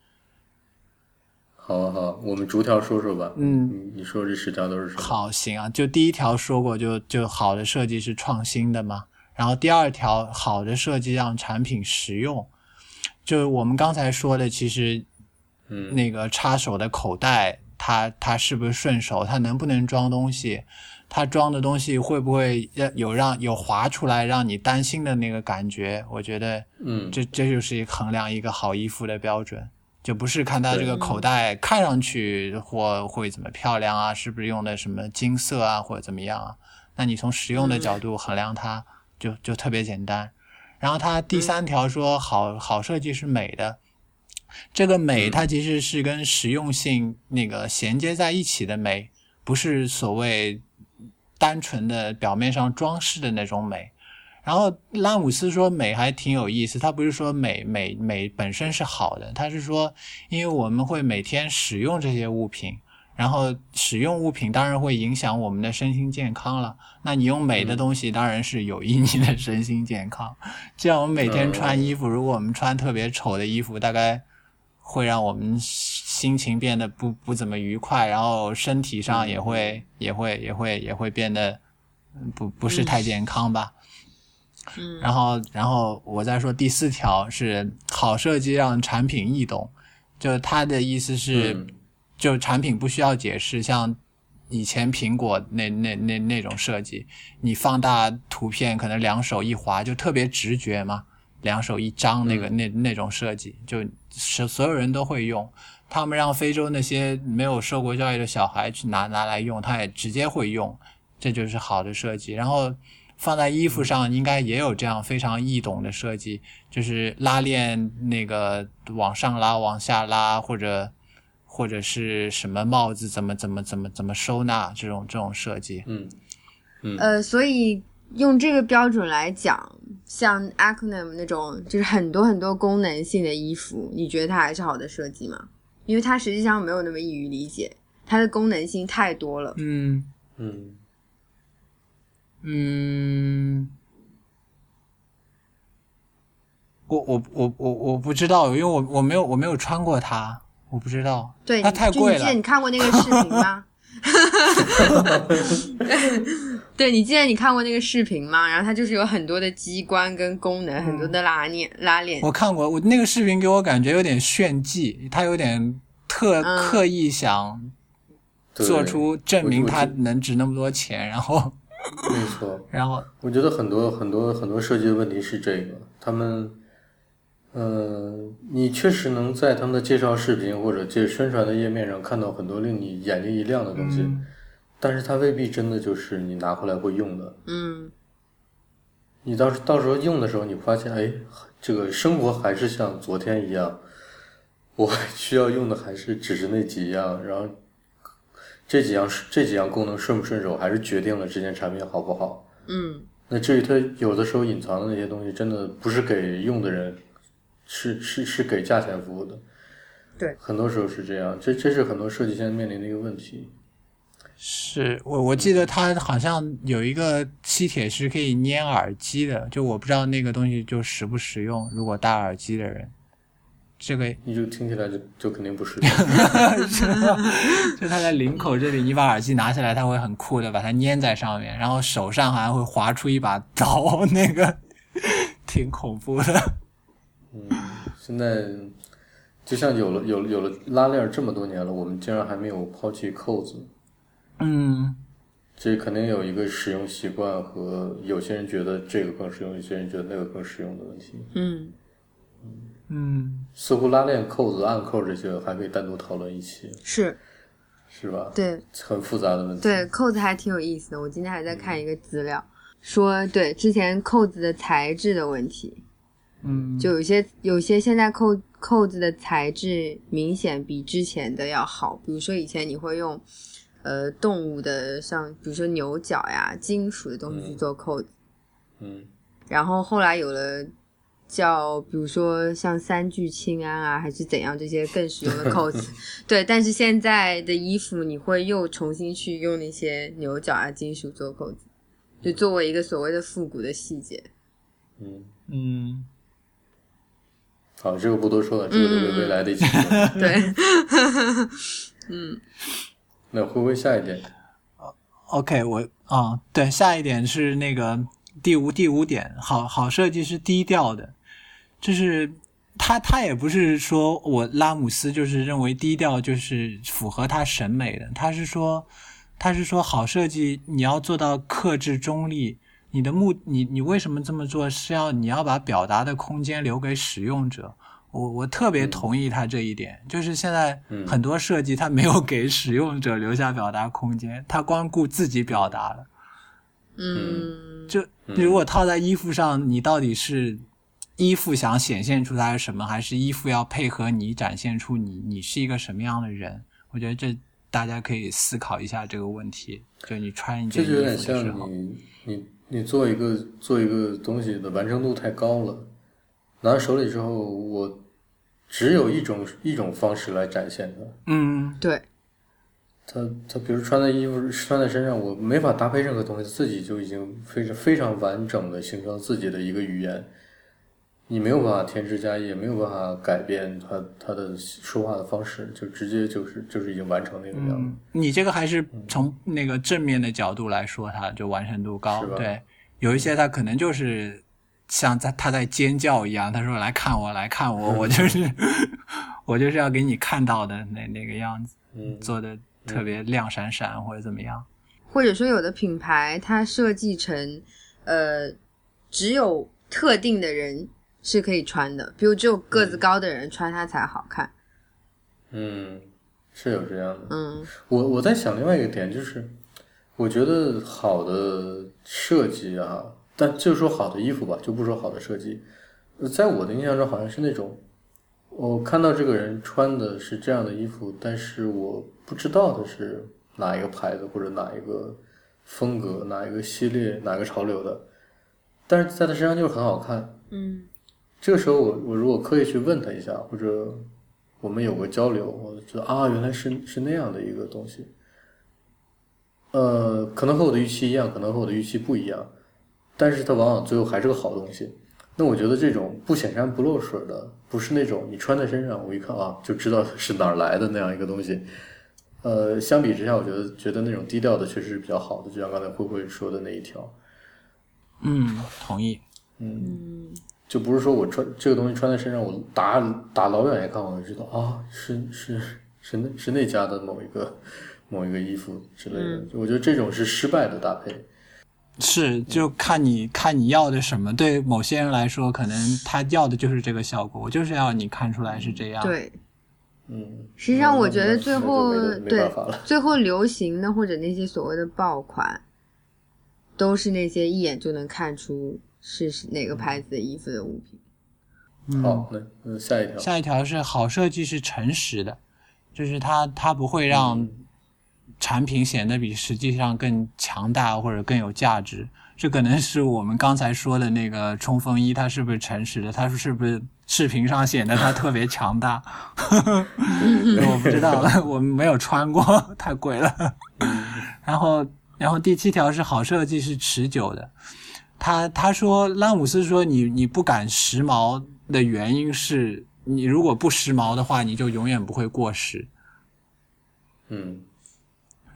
Speaker 1: 好啊好啊，我们逐条说说吧。
Speaker 3: 嗯
Speaker 1: 你你说这十条都是什么？
Speaker 3: 好，行啊，就第一条说过就，就好的设计是创新的嘛。然后第二条，好的设计让产品实用。就是我们刚才说的，其实
Speaker 1: 嗯，
Speaker 3: 那个插手的口袋，它它是不是顺手，它能不能装东西，它装的东西会不会让有让有滑出来让你担心的那个感觉？我觉得
Speaker 1: 嗯，
Speaker 3: 这这就是衡量一个好衣服的标准，就不是看它这个
Speaker 2: 对
Speaker 3: 口袋看上去或会怎么漂亮啊，是不是用的什么金色啊，或者怎么样啊？那你从实用的
Speaker 2: 嗯
Speaker 3: 角度衡量它，就就特别简单。然后它第
Speaker 2: 嗯
Speaker 3: 三条说好好设计是美的，这个
Speaker 2: 嗯
Speaker 3: 美它其实是跟实用性那个衔接在一起的美，不是所谓单纯的表面上装饰的那种美。然后拉姆斯说美还挺有意思，他不是说美美美本身是好的，他是说因为我们会每天使用这些物品，然后使用物品当然会影响我们的身心健康了。那你用美的东西当然是有益你的身心健康。 这样我们每天穿衣服，如果我们穿特别丑的衣服，大概会让我们心情变得不不怎么愉快，然后身体上也会、也会也会也会变得嗯不不是太健康吧。
Speaker 2: 嗯
Speaker 3: 然后，然后我再说第四条是好设计让产品易懂，就它的意思是，
Speaker 1: 嗯
Speaker 3: 就产品不需要解释，像以前苹果那那那那种设计，你放大图片可能两手一滑就特别直觉嘛，两手一张那个、那那种设计，就是所有人都会用。他们让非洲那些没有受过教育的小孩去拿拿来用，他也直接会用，这就是好的设计。然后放在衣服上，应该也有这样非常易懂的设计，就是拉链那个往上拉、往下拉，或者或者是什么帽子怎么怎么怎么怎么收纳这种这种设计。
Speaker 1: 嗯
Speaker 2: 呃，所以用这个标准来讲，像 Acronym 那种就是很多很多功能性的衣服，你觉得它还是好的设计吗？因为它实际上没有那么易于理解，它的功能性太多了。
Speaker 3: 嗯，
Speaker 1: 嗯
Speaker 3: 嗯，我我我我我不知道，因为我我没有我没有穿过它，我不知道。
Speaker 2: 对，
Speaker 3: 它太
Speaker 2: 就
Speaker 3: 贵
Speaker 2: 你记得
Speaker 3: 了
Speaker 2: 你看过那个视频吗？ 对，你记得你看过那个视频吗？然后它就是有很多的机关跟功能，很多的拉链拉链。
Speaker 3: 我看过，我那个视频给我感觉有点炫技，他有点特、
Speaker 2: 嗯
Speaker 3: 刻意想
Speaker 1: 对
Speaker 3: 做出证
Speaker 1: 我
Speaker 3: 明
Speaker 1: 我
Speaker 3: 他
Speaker 1: 记
Speaker 3: 能值那么多钱，然后
Speaker 1: 没错。
Speaker 3: 然后
Speaker 1: 我觉得很多很多很多设计的问题是这个，他们，呃，你确实能在他们的介绍视频或者介宣传的页面上看到很多令你眼睛一亮的东西，
Speaker 3: 嗯
Speaker 1: 但是它未必真的就是你拿回来会用的。
Speaker 2: 嗯
Speaker 1: 你到时到时候用的时候，你发现，哎，这个生活还是像昨天一样，我需要用的还是只是那几样，然后这几样这几样功能顺不顺手，还是决定了这件产品好不好。
Speaker 2: 嗯
Speaker 1: 那至于它有的时候隐藏的那些东西，真的不是给用的人，是是是给价钱服务的。
Speaker 2: 对，
Speaker 1: 很多时候是这样，这这是很多设计现在面临的一个问题。
Speaker 3: 是我我记得他好像有一个吸铁是可以粘耳机的，就我不知道那个东西就实不实用，如果戴耳机的人，这个
Speaker 1: 你就听起来就就肯定不是。
Speaker 3: 就他在领口这里，你把耳机拿下来，他会很酷的把它粘在上面，然后手上好像会划出一把刀，那个 挺恐怖的。
Speaker 1: 现在就像有了有了有了拉链这么多年了，我们竟然还没有抛弃扣子，
Speaker 3: 嗯，
Speaker 1: 这肯定有一个使用习惯和有些人觉得这个更实用，有些人觉得那个更实用的问题。
Speaker 2: 嗯，
Speaker 3: 嗯，
Speaker 1: 似乎拉链、扣子、暗扣这些还可以单独讨论一期，
Speaker 2: 是
Speaker 1: 是吧？
Speaker 2: 对。
Speaker 1: 很复杂的问题。
Speaker 2: 对，扣子还挺有意思的。我今天还在看一个资料，说对之前扣子的材质的问题，
Speaker 3: 嗯，
Speaker 2: 就有些有些现在扣扣子的材质明显比之前的要好。比如说以前你会用呃动物的，像比如说牛角呀、金属的东西去做扣子，
Speaker 1: 嗯
Speaker 2: 然后后来有了。叫比如说像三聚氰胺啊，还是怎样这些更实用 的扣子，对。但是现在的衣服，你会又重新去用那些牛角啊、金属做扣子，就作为一个所谓的复古的细节。
Speaker 1: 嗯。
Speaker 3: 嗯，
Speaker 1: 好，这个不多说了，这个留给未来的一期说。
Speaker 2: 嗯对， 嗯
Speaker 1: 那回归下一点，
Speaker 3: OK，我啊、对，下一点是那个第五第五点，好好设计是低调的，就是他他也不是说我拉姆斯就是认为低调就是符合他审美的，他是说他是说好设计你要做到克制中立，你的目你你为什么这么做是要你要把表达的空间留给使用者。我我特别同意他这一点，就是现在
Speaker 1: 嗯
Speaker 3: 很多设计他没有给使用者留下表达空间，他光顾自己表达了。
Speaker 2: 嗯，
Speaker 3: 就如果套在衣服上，你到底是衣服想显现出它是什么，还是衣服要配合你展现出你你是一个什么样的人？我觉得这大家可以思考一下这个问题。就你穿一
Speaker 1: 这
Speaker 3: 件衣
Speaker 1: 就
Speaker 3: 服
Speaker 1: 有点
Speaker 3: 的时
Speaker 1: 像
Speaker 3: 候，
Speaker 1: 你你你做一个做一个东西的完成度太高了，拿到手里之后，我只有一种一种方式来展现它。
Speaker 3: 嗯，
Speaker 2: 对，
Speaker 1: 它它比如穿在衣服穿在身上，我没法搭配任何东西，自己就已经非常非常完整的形成自己的一个语言。你没有办法添枝加叶，没有办法改变他他的说话的方式，就直接就是就是已经完成那个样子。
Speaker 3: 嗯，你这个还是从那个正面的角度来说，它就完成度高
Speaker 1: 是吧。
Speaker 3: 对，有一些他可能就是像在他在尖叫一样，他说来看我，来看 我，我就是我就是要给你看到的那那个样子，
Speaker 1: 嗯
Speaker 3: 做的特别亮闪闪或者怎么样。
Speaker 2: 或者说有的品牌它设计成，呃，只有特定的人是可以穿的，比如只有个子高的人穿它才好看。
Speaker 1: 嗯，是有这样的。
Speaker 2: 嗯
Speaker 1: 我我在想另外一个点，就是我觉得好的设计啊，但就说好的衣服吧，就不说好的设计，呃在我的印象中好像是那种，我看到这个人穿的是这样的衣服，但是我不知道他是哪一个牌子或者哪一个风格、哪一个系列、哪个潮流的，但是在他身上就是很好看。
Speaker 2: 嗯
Speaker 1: 这个时候我，我如果刻意去问他一下，或者我们有个交流，我就觉得啊，原来是是那样的一个东西。呃，可能和我的预期一样，可能和我的预期不一样，但是它往往最后还是个好东西。那我觉得这种不显山不漏水的，不是那种你穿在身上，我一看啊就知道是哪儿来的那样一个东西。呃，相比之下，我觉得觉得那种低调的确实是比较好的，就像刚才慧慧说的那一条。
Speaker 3: 嗯，同意。
Speaker 2: 嗯，
Speaker 1: 就不是说我穿这个东西穿在身上，我打打老远一看，我就知道啊，是是是那是那家的某一个某一个衣服之类
Speaker 2: 嗯
Speaker 1: 的。我觉得这种是失败的搭配。
Speaker 3: 是，就看你看你要的什么。对某些人来说，可能他要的就是这个效果，我就是要你看出来是这样。，
Speaker 2: 对。
Speaker 1: 嗯，
Speaker 2: 实际上，
Speaker 1: 那
Speaker 2: 我觉得
Speaker 1: 那
Speaker 2: 最
Speaker 1: 那就
Speaker 2: 后
Speaker 1: 没得没
Speaker 2: 对
Speaker 1: 办法了
Speaker 2: 最后流行的或者那些所谓的爆款，都是那些一眼就能看出是是哪个牌子的衣服的物品。
Speaker 3: 嗯、
Speaker 1: 好，那嗯下一条。
Speaker 3: 下一条是好设计是诚实的，就是它它不
Speaker 1: 嗯
Speaker 3: 会让产品显得比实际上更强大或者更有价值。这可能是我们刚才说的那个冲锋衣，它是不是诚实的？它是不是视频上显得它特别强大？ 我不知道，我没有穿过，太贵了。 然后，然后第七条是好设计是持久的。他他说拉姆斯说你你不敢时髦的原因是你如果不时髦的话，你就永远不会过时。
Speaker 1: 嗯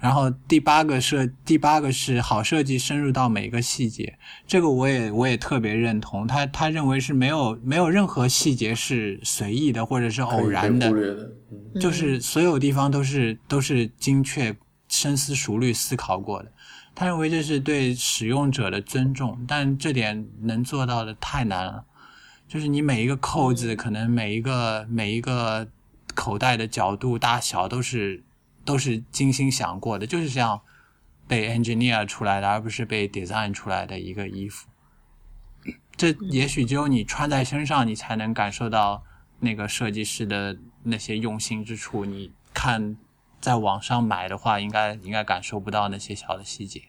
Speaker 3: 然后第八个设第八个是好设计深入到每一个细节，这个我也我也特别认同。他他认为是没有没有任何细节是随意的或者是偶然
Speaker 1: 可以被
Speaker 3: 的
Speaker 1: 忽，略的。嗯
Speaker 3: 就是所有地方都是都是精确、深思熟虑思考过的。他认为这是对使用者的尊重，但这点能做到的太难了。就是你每一个扣子，可能每一个每一个口袋的角度、大小都是都是精心想过的，就是这样被 engineer 出来的，而不是被 design 出来的一个衣服。这也许只有你穿在身上，你才能感受到那个设计师的那些用心之处。你看，在网上买的话，应该应该感受不到那些小的细节。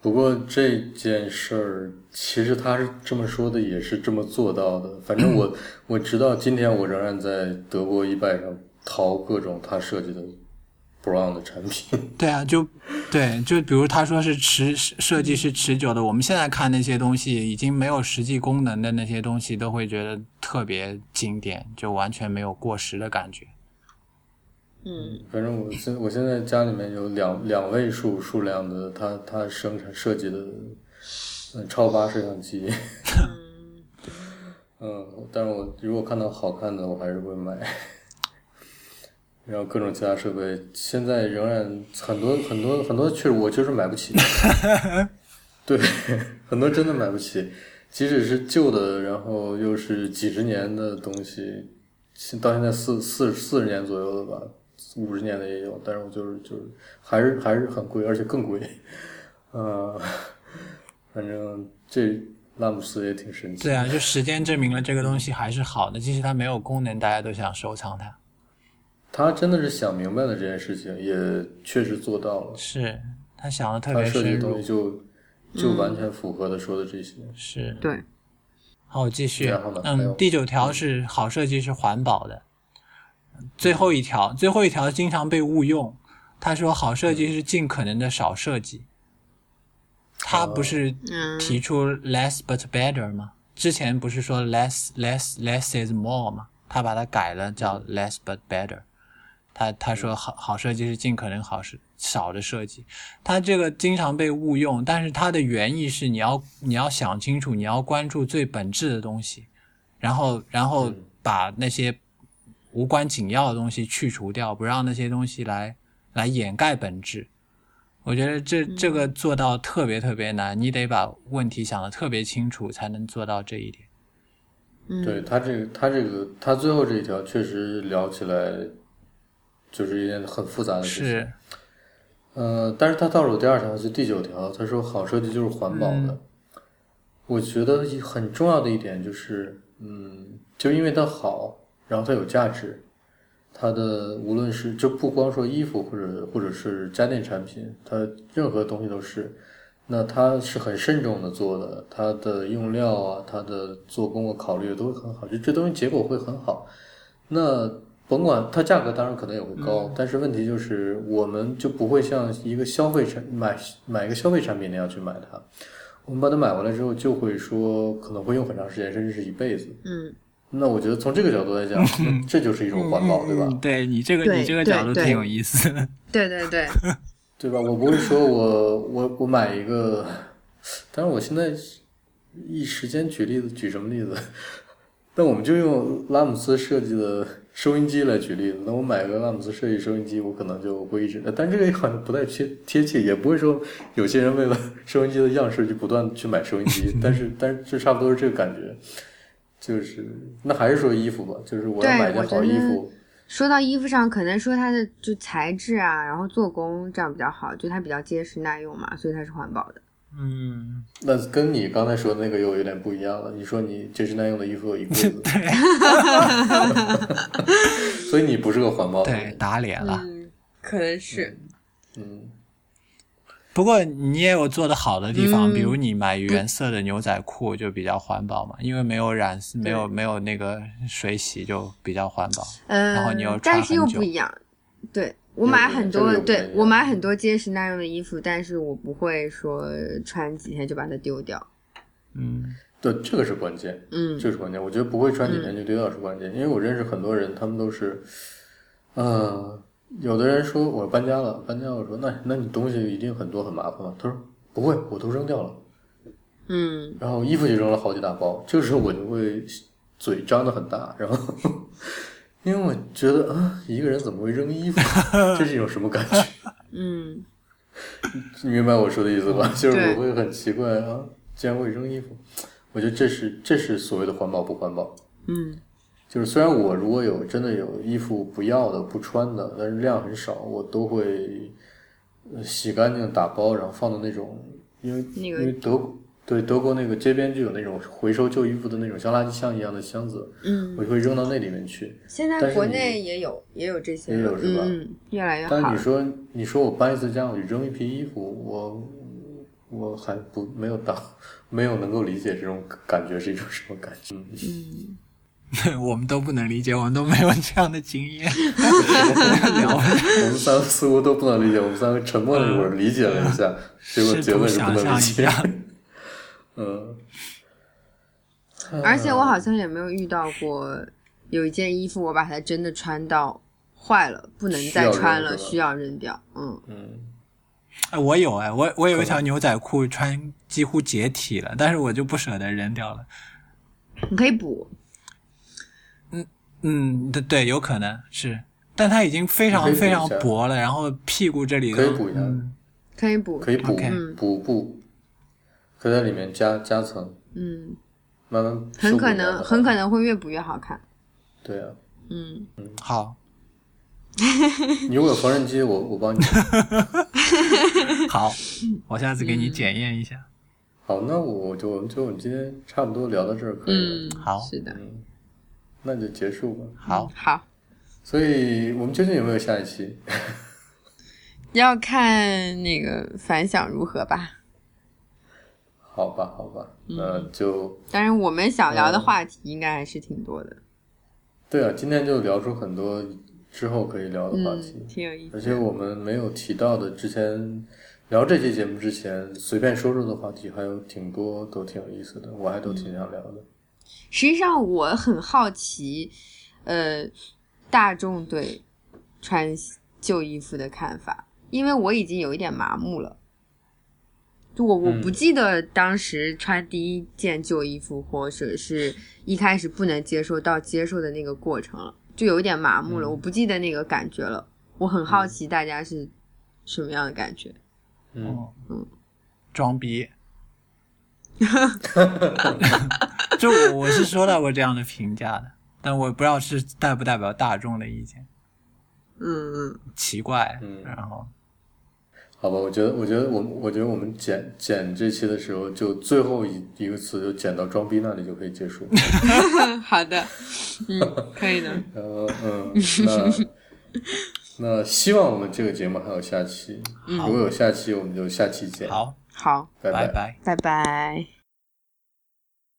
Speaker 1: 不过这件事儿，其实他是这么说的，也是这么做到的。反正 我我直到今天，我仍然在德国衣拜上淘各种他设计的 Brown 的产品。
Speaker 3: 对啊，就对，就比如他说是持设计是持久的，我们现在看那些东西已经没有实际功能的那些东西，都会觉得特别经典，就完全没有过时的感觉。
Speaker 2: 嗯
Speaker 1: 反正我现我现在家里面有两两位数数量的，它它生产设计的，嗯，超八摄像机，
Speaker 2: 嗯，
Speaker 1: 嗯，但是我如果看到好看的，我还是会买。然后各种其他设备，现在仍然很多很多很多，确实我就是买不起。对， 很多真的买不起，即使是旧的，然后又是几十年的东西，现到现在四四四十年左右的吧，五十年的也有，但是我就是就是还是还是很贵，而且更贵。 呃， 反正这拉姆斯也挺神奇。
Speaker 3: 对啊，就时间证明了这个东西还是好的，即使它没有功能，大家都想收藏它。
Speaker 1: 他真的是想明白了这件事情，也确实做到了。
Speaker 3: 是他想的特
Speaker 1: 他
Speaker 3: 别
Speaker 1: 设计
Speaker 3: 深
Speaker 1: 的东
Speaker 3: 入
Speaker 1: 西。就就完全符合他说的这些。
Speaker 3: 是，
Speaker 2: 对，
Speaker 3: 好，我继续
Speaker 1: 然后呢。还有
Speaker 3: 嗯，第九条是好设计是环保的。最后一条，最后一条经常被误用。他说好设计是尽可能的少设计。他不
Speaker 1: 呃
Speaker 3: 是
Speaker 2: 嗯，
Speaker 3: 提出 less but better 吗？之前不是说 less less less is more 吗？他把它改了叫 less but better。他他说好好设计是尽可能好是少的设计，他这个经常被误用，但是它的原意是你要你要想清楚，你要关注最本质的东西，然后然后把那些无关紧要的东西去除掉，不让那些东西来来掩盖本质。我觉得这这个做到特别特别难，你得把问题想得特别清楚，才能做到这一点。
Speaker 2: 嗯
Speaker 1: 对他这个，他这个，他最后这一条确实聊起来啊就是一件很复杂的事情。
Speaker 3: 是，
Speaker 1: 呃，但是他倒数第二条就第九条，他说好设计就是环保的。我觉得一很重要的一点就是，嗯，就因为它好，然后它有价值，它的无论是就不光说衣服或者或者是家电产品，它任何东西都是，那它是很慎重的做的，它的用料啊，它的做工啊考虑的都会很好，就这东西结果会很好。那甭管它价格，当然可能也会高，
Speaker 3: 嗯
Speaker 1: 但是问题就是，我们就不会像一个消费产买买一个消费产品那样去买它。我们把它买回来之后，就会说可能会用很长时间，甚至是一辈子。
Speaker 2: 嗯，
Speaker 1: 那我觉得从这个角度来 讲，那这就是一种环保，对吧？
Speaker 3: 嗯对你这个
Speaker 2: 对
Speaker 3: 你这个角度
Speaker 2: 对对
Speaker 3: 挺有意思的。
Speaker 2: 对对对，
Speaker 1: 对吧？我不会说我我我买一个，但是我现在一时间举例子，举什么例子？那我们就用拉姆斯设计的收音机来举例子。那我买个拉姆斯设计收音机，我可能就会一直，但这个好像不太贴贴切，也不会说有些人为了 收音机的样式就不断去买收音机，但 是但是就差不多是这个感觉，就是那还是说衣服吧，就是我要
Speaker 2: 对
Speaker 1: 买一
Speaker 2: 我
Speaker 1: 件
Speaker 2: 觉
Speaker 1: 好衣
Speaker 2: 得
Speaker 1: 服，
Speaker 2: 说到衣服上，可能说它的就材质啊，然后做工这样比较好，就它比较结实耐用嘛，所以它是环保的。
Speaker 3: 嗯，
Speaker 1: 那跟你刚才说的那个又有点不一样了。你说你这身耐用的衣服有一柜子， 所以你不是个环保的
Speaker 3: 对，
Speaker 1: 人。
Speaker 3: 打脸了。
Speaker 2: 嗯，可能是
Speaker 1: 嗯，
Speaker 3: 不过你也有做的好的地方，
Speaker 2: 嗯
Speaker 3: 比如你买原色的牛仔裤就比较环保嘛，因为没有染，没有没有那个水洗就比较环保。
Speaker 2: 嗯，
Speaker 3: 然后你又穿
Speaker 2: 但是又
Speaker 3: 很久
Speaker 2: 不一样。对我
Speaker 1: 又
Speaker 2: 买
Speaker 1: 不一
Speaker 2: 很
Speaker 1: 样这
Speaker 2: 多
Speaker 1: 个，又不太
Speaker 2: 对
Speaker 1: 一
Speaker 2: 我
Speaker 1: 样
Speaker 2: 买很多结实耐用的衣服，但是我不会说穿几天就把它丢掉。
Speaker 3: 嗯，
Speaker 1: 对，这个是关键，
Speaker 2: 嗯
Speaker 1: 这个是关键。我觉得不会穿几天就丢掉是关键，因为我认识很多人，他们都是，呃，有的人说我搬家了，搬家我说那那你东西一定很多很麻烦吗？他说不会，我都扔掉了，
Speaker 2: 嗯，
Speaker 1: 然后衣服就扔了好几大包。这个时候我就会嘴张得很大，然后 因为我觉得啊，一个人怎么会扔衣服？这是一种什么感觉？
Speaker 2: 嗯，
Speaker 1: 你明白我说的意思吧？就是
Speaker 2: 对
Speaker 1: 我会很奇怪啊，竟然会扔衣服。我觉得这是这是所谓的环保不环保。
Speaker 2: 嗯，
Speaker 1: 就是虽然我如果有真的有衣服不要的、不穿的，但是量很少，我都会呃洗干净、打包，然后放到那种因为
Speaker 2: 那
Speaker 1: 因为
Speaker 2: 个，
Speaker 1: 德国对德国那个街边就有那种回收旧衣服的那种像垃圾箱一样的箱子，
Speaker 2: 嗯，
Speaker 1: 我就会扔到那里面去。
Speaker 2: 现
Speaker 1: 但
Speaker 2: 在
Speaker 1: 是
Speaker 2: 国
Speaker 1: 你
Speaker 2: 内也有也有这些
Speaker 1: 也
Speaker 2: 了，
Speaker 1: 有是吧
Speaker 2: 嗯嗯，越来越
Speaker 1: 但是
Speaker 2: 好
Speaker 1: 你
Speaker 2: 了。
Speaker 1: 说你说我搬一次家，我就扔一批衣服，我我还不没有到， 没有能够理解这种感觉是一种什么感觉。嗯
Speaker 2: 嗯，
Speaker 3: 我们都不能理解，我们都没有这样的经验。
Speaker 1: 我们三个似乎都不能理解，我们三个沉默了一会儿，理解了一下，结果
Speaker 3: 嗯试
Speaker 1: 结
Speaker 3: 图
Speaker 1: 论是不
Speaker 3: 想
Speaker 1: 能
Speaker 3: 象
Speaker 1: 理
Speaker 3: 一
Speaker 1: 解
Speaker 3: 下。。
Speaker 1: 嗯，
Speaker 2: 而且我好像也没有遇到过有一件衣服我把它真的穿到坏了，不能
Speaker 1: 需要
Speaker 2: 再
Speaker 1: 扔
Speaker 2: 穿了，
Speaker 1: 是吧
Speaker 2: 需要扔掉。嗯，
Speaker 3: 哎，我有哎，我我有一条牛仔裤穿几乎解体了，但是我就不舍得扔掉了。
Speaker 2: 你可以补。
Speaker 3: 嗯，对对，有可能是但它已经非
Speaker 1: 可
Speaker 3: 常
Speaker 1: 以补一
Speaker 3: 非常
Speaker 1: 下
Speaker 3: 薄了，然后屁股这里
Speaker 1: 可以
Speaker 3: 都
Speaker 1: 补一下
Speaker 3: 嗯
Speaker 2: 可以补，
Speaker 1: 可以补
Speaker 3: OK
Speaker 2: 嗯
Speaker 1: 补布，可以在里面加加层，
Speaker 2: 嗯，
Speaker 1: 慢慢
Speaker 2: 很可能很可
Speaker 1: 能
Speaker 2: 能会越补越好看，
Speaker 1: 对啊。
Speaker 2: 嗯，
Speaker 3: 好
Speaker 1: 你如果有缝纫机，我我 帮你。
Speaker 3: 好，我下次给你检验一下。
Speaker 1: 好，那我就我们就我们今天差不多聊到这儿，可以
Speaker 2: 嗯
Speaker 1: 了，，
Speaker 3: 好
Speaker 2: 是的，
Speaker 1: 那就结束吧。
Speaker 3: 好，
Speaker 2: 嗯好，
Speaker 1: 所以我们究竟有没有下一期？
Speaker 2: 要看那个反响如何吧。
Speaker 1: 好吧，好吧，
Speaker 2: 嗯
Speaker 1: 那就
Speaker 2: 但是我们想聊的
Speaker 1: 嗯
Speaker 2: 话题应该还是挺多的，
Speaker 1: 对啊，今天就聊出很多之后可以聊的话题
Speaker 2: 嗯，，挺有意
Speaker 1: 而
Speaker 2: 思
Speaker 1: 且
Speaker 2: 的。
Speaker 1: 我们没有提到的，之前聊这期节目之前随便说说的话题，还有挺多都挺有意思的，我还都挺想聊的。
Speaker 2: 实际上我很好奇，呃，大众对穿旧衣服的看法，因为我已经有一点麻木了。就我我
Speaker 1: 嗯
Speaker 2: 不记得当时穿第一件旧衣服，或者是一开始不能接受到接受的那个过程了，就有一点麻木了。我不记得那个感觉了。我很好奇大家是什么样的感觉。
Speaker 3: 哦
Speaker 1: 嗯，
Speaker 3: 装逼。就我我是收到过这样的评价的，但我不知道是代不代表大众的意见，
Speaker 2: 嗯嗯，
Speaker 3: 奇怪。
Speaker 1: 嗯
Speaker 3: 然后
Speaker 1: 好吧，我觉得，我觉得我们，我觉得我们剪剪这期的时候，就最后一一个词就剪到装逼那里就可以结束。
Speaker 2: 好的，嗯，可以的。
Speaker 1: 呃嗯，那那希望我们这个节目还有 下期，如果有下期，我们就下期见。，
Speaker 3: 好，
Speaker 2: 好，
Speaker 1: 拜
Speaker 3: 拜拜
Speaker 2: 拜拜。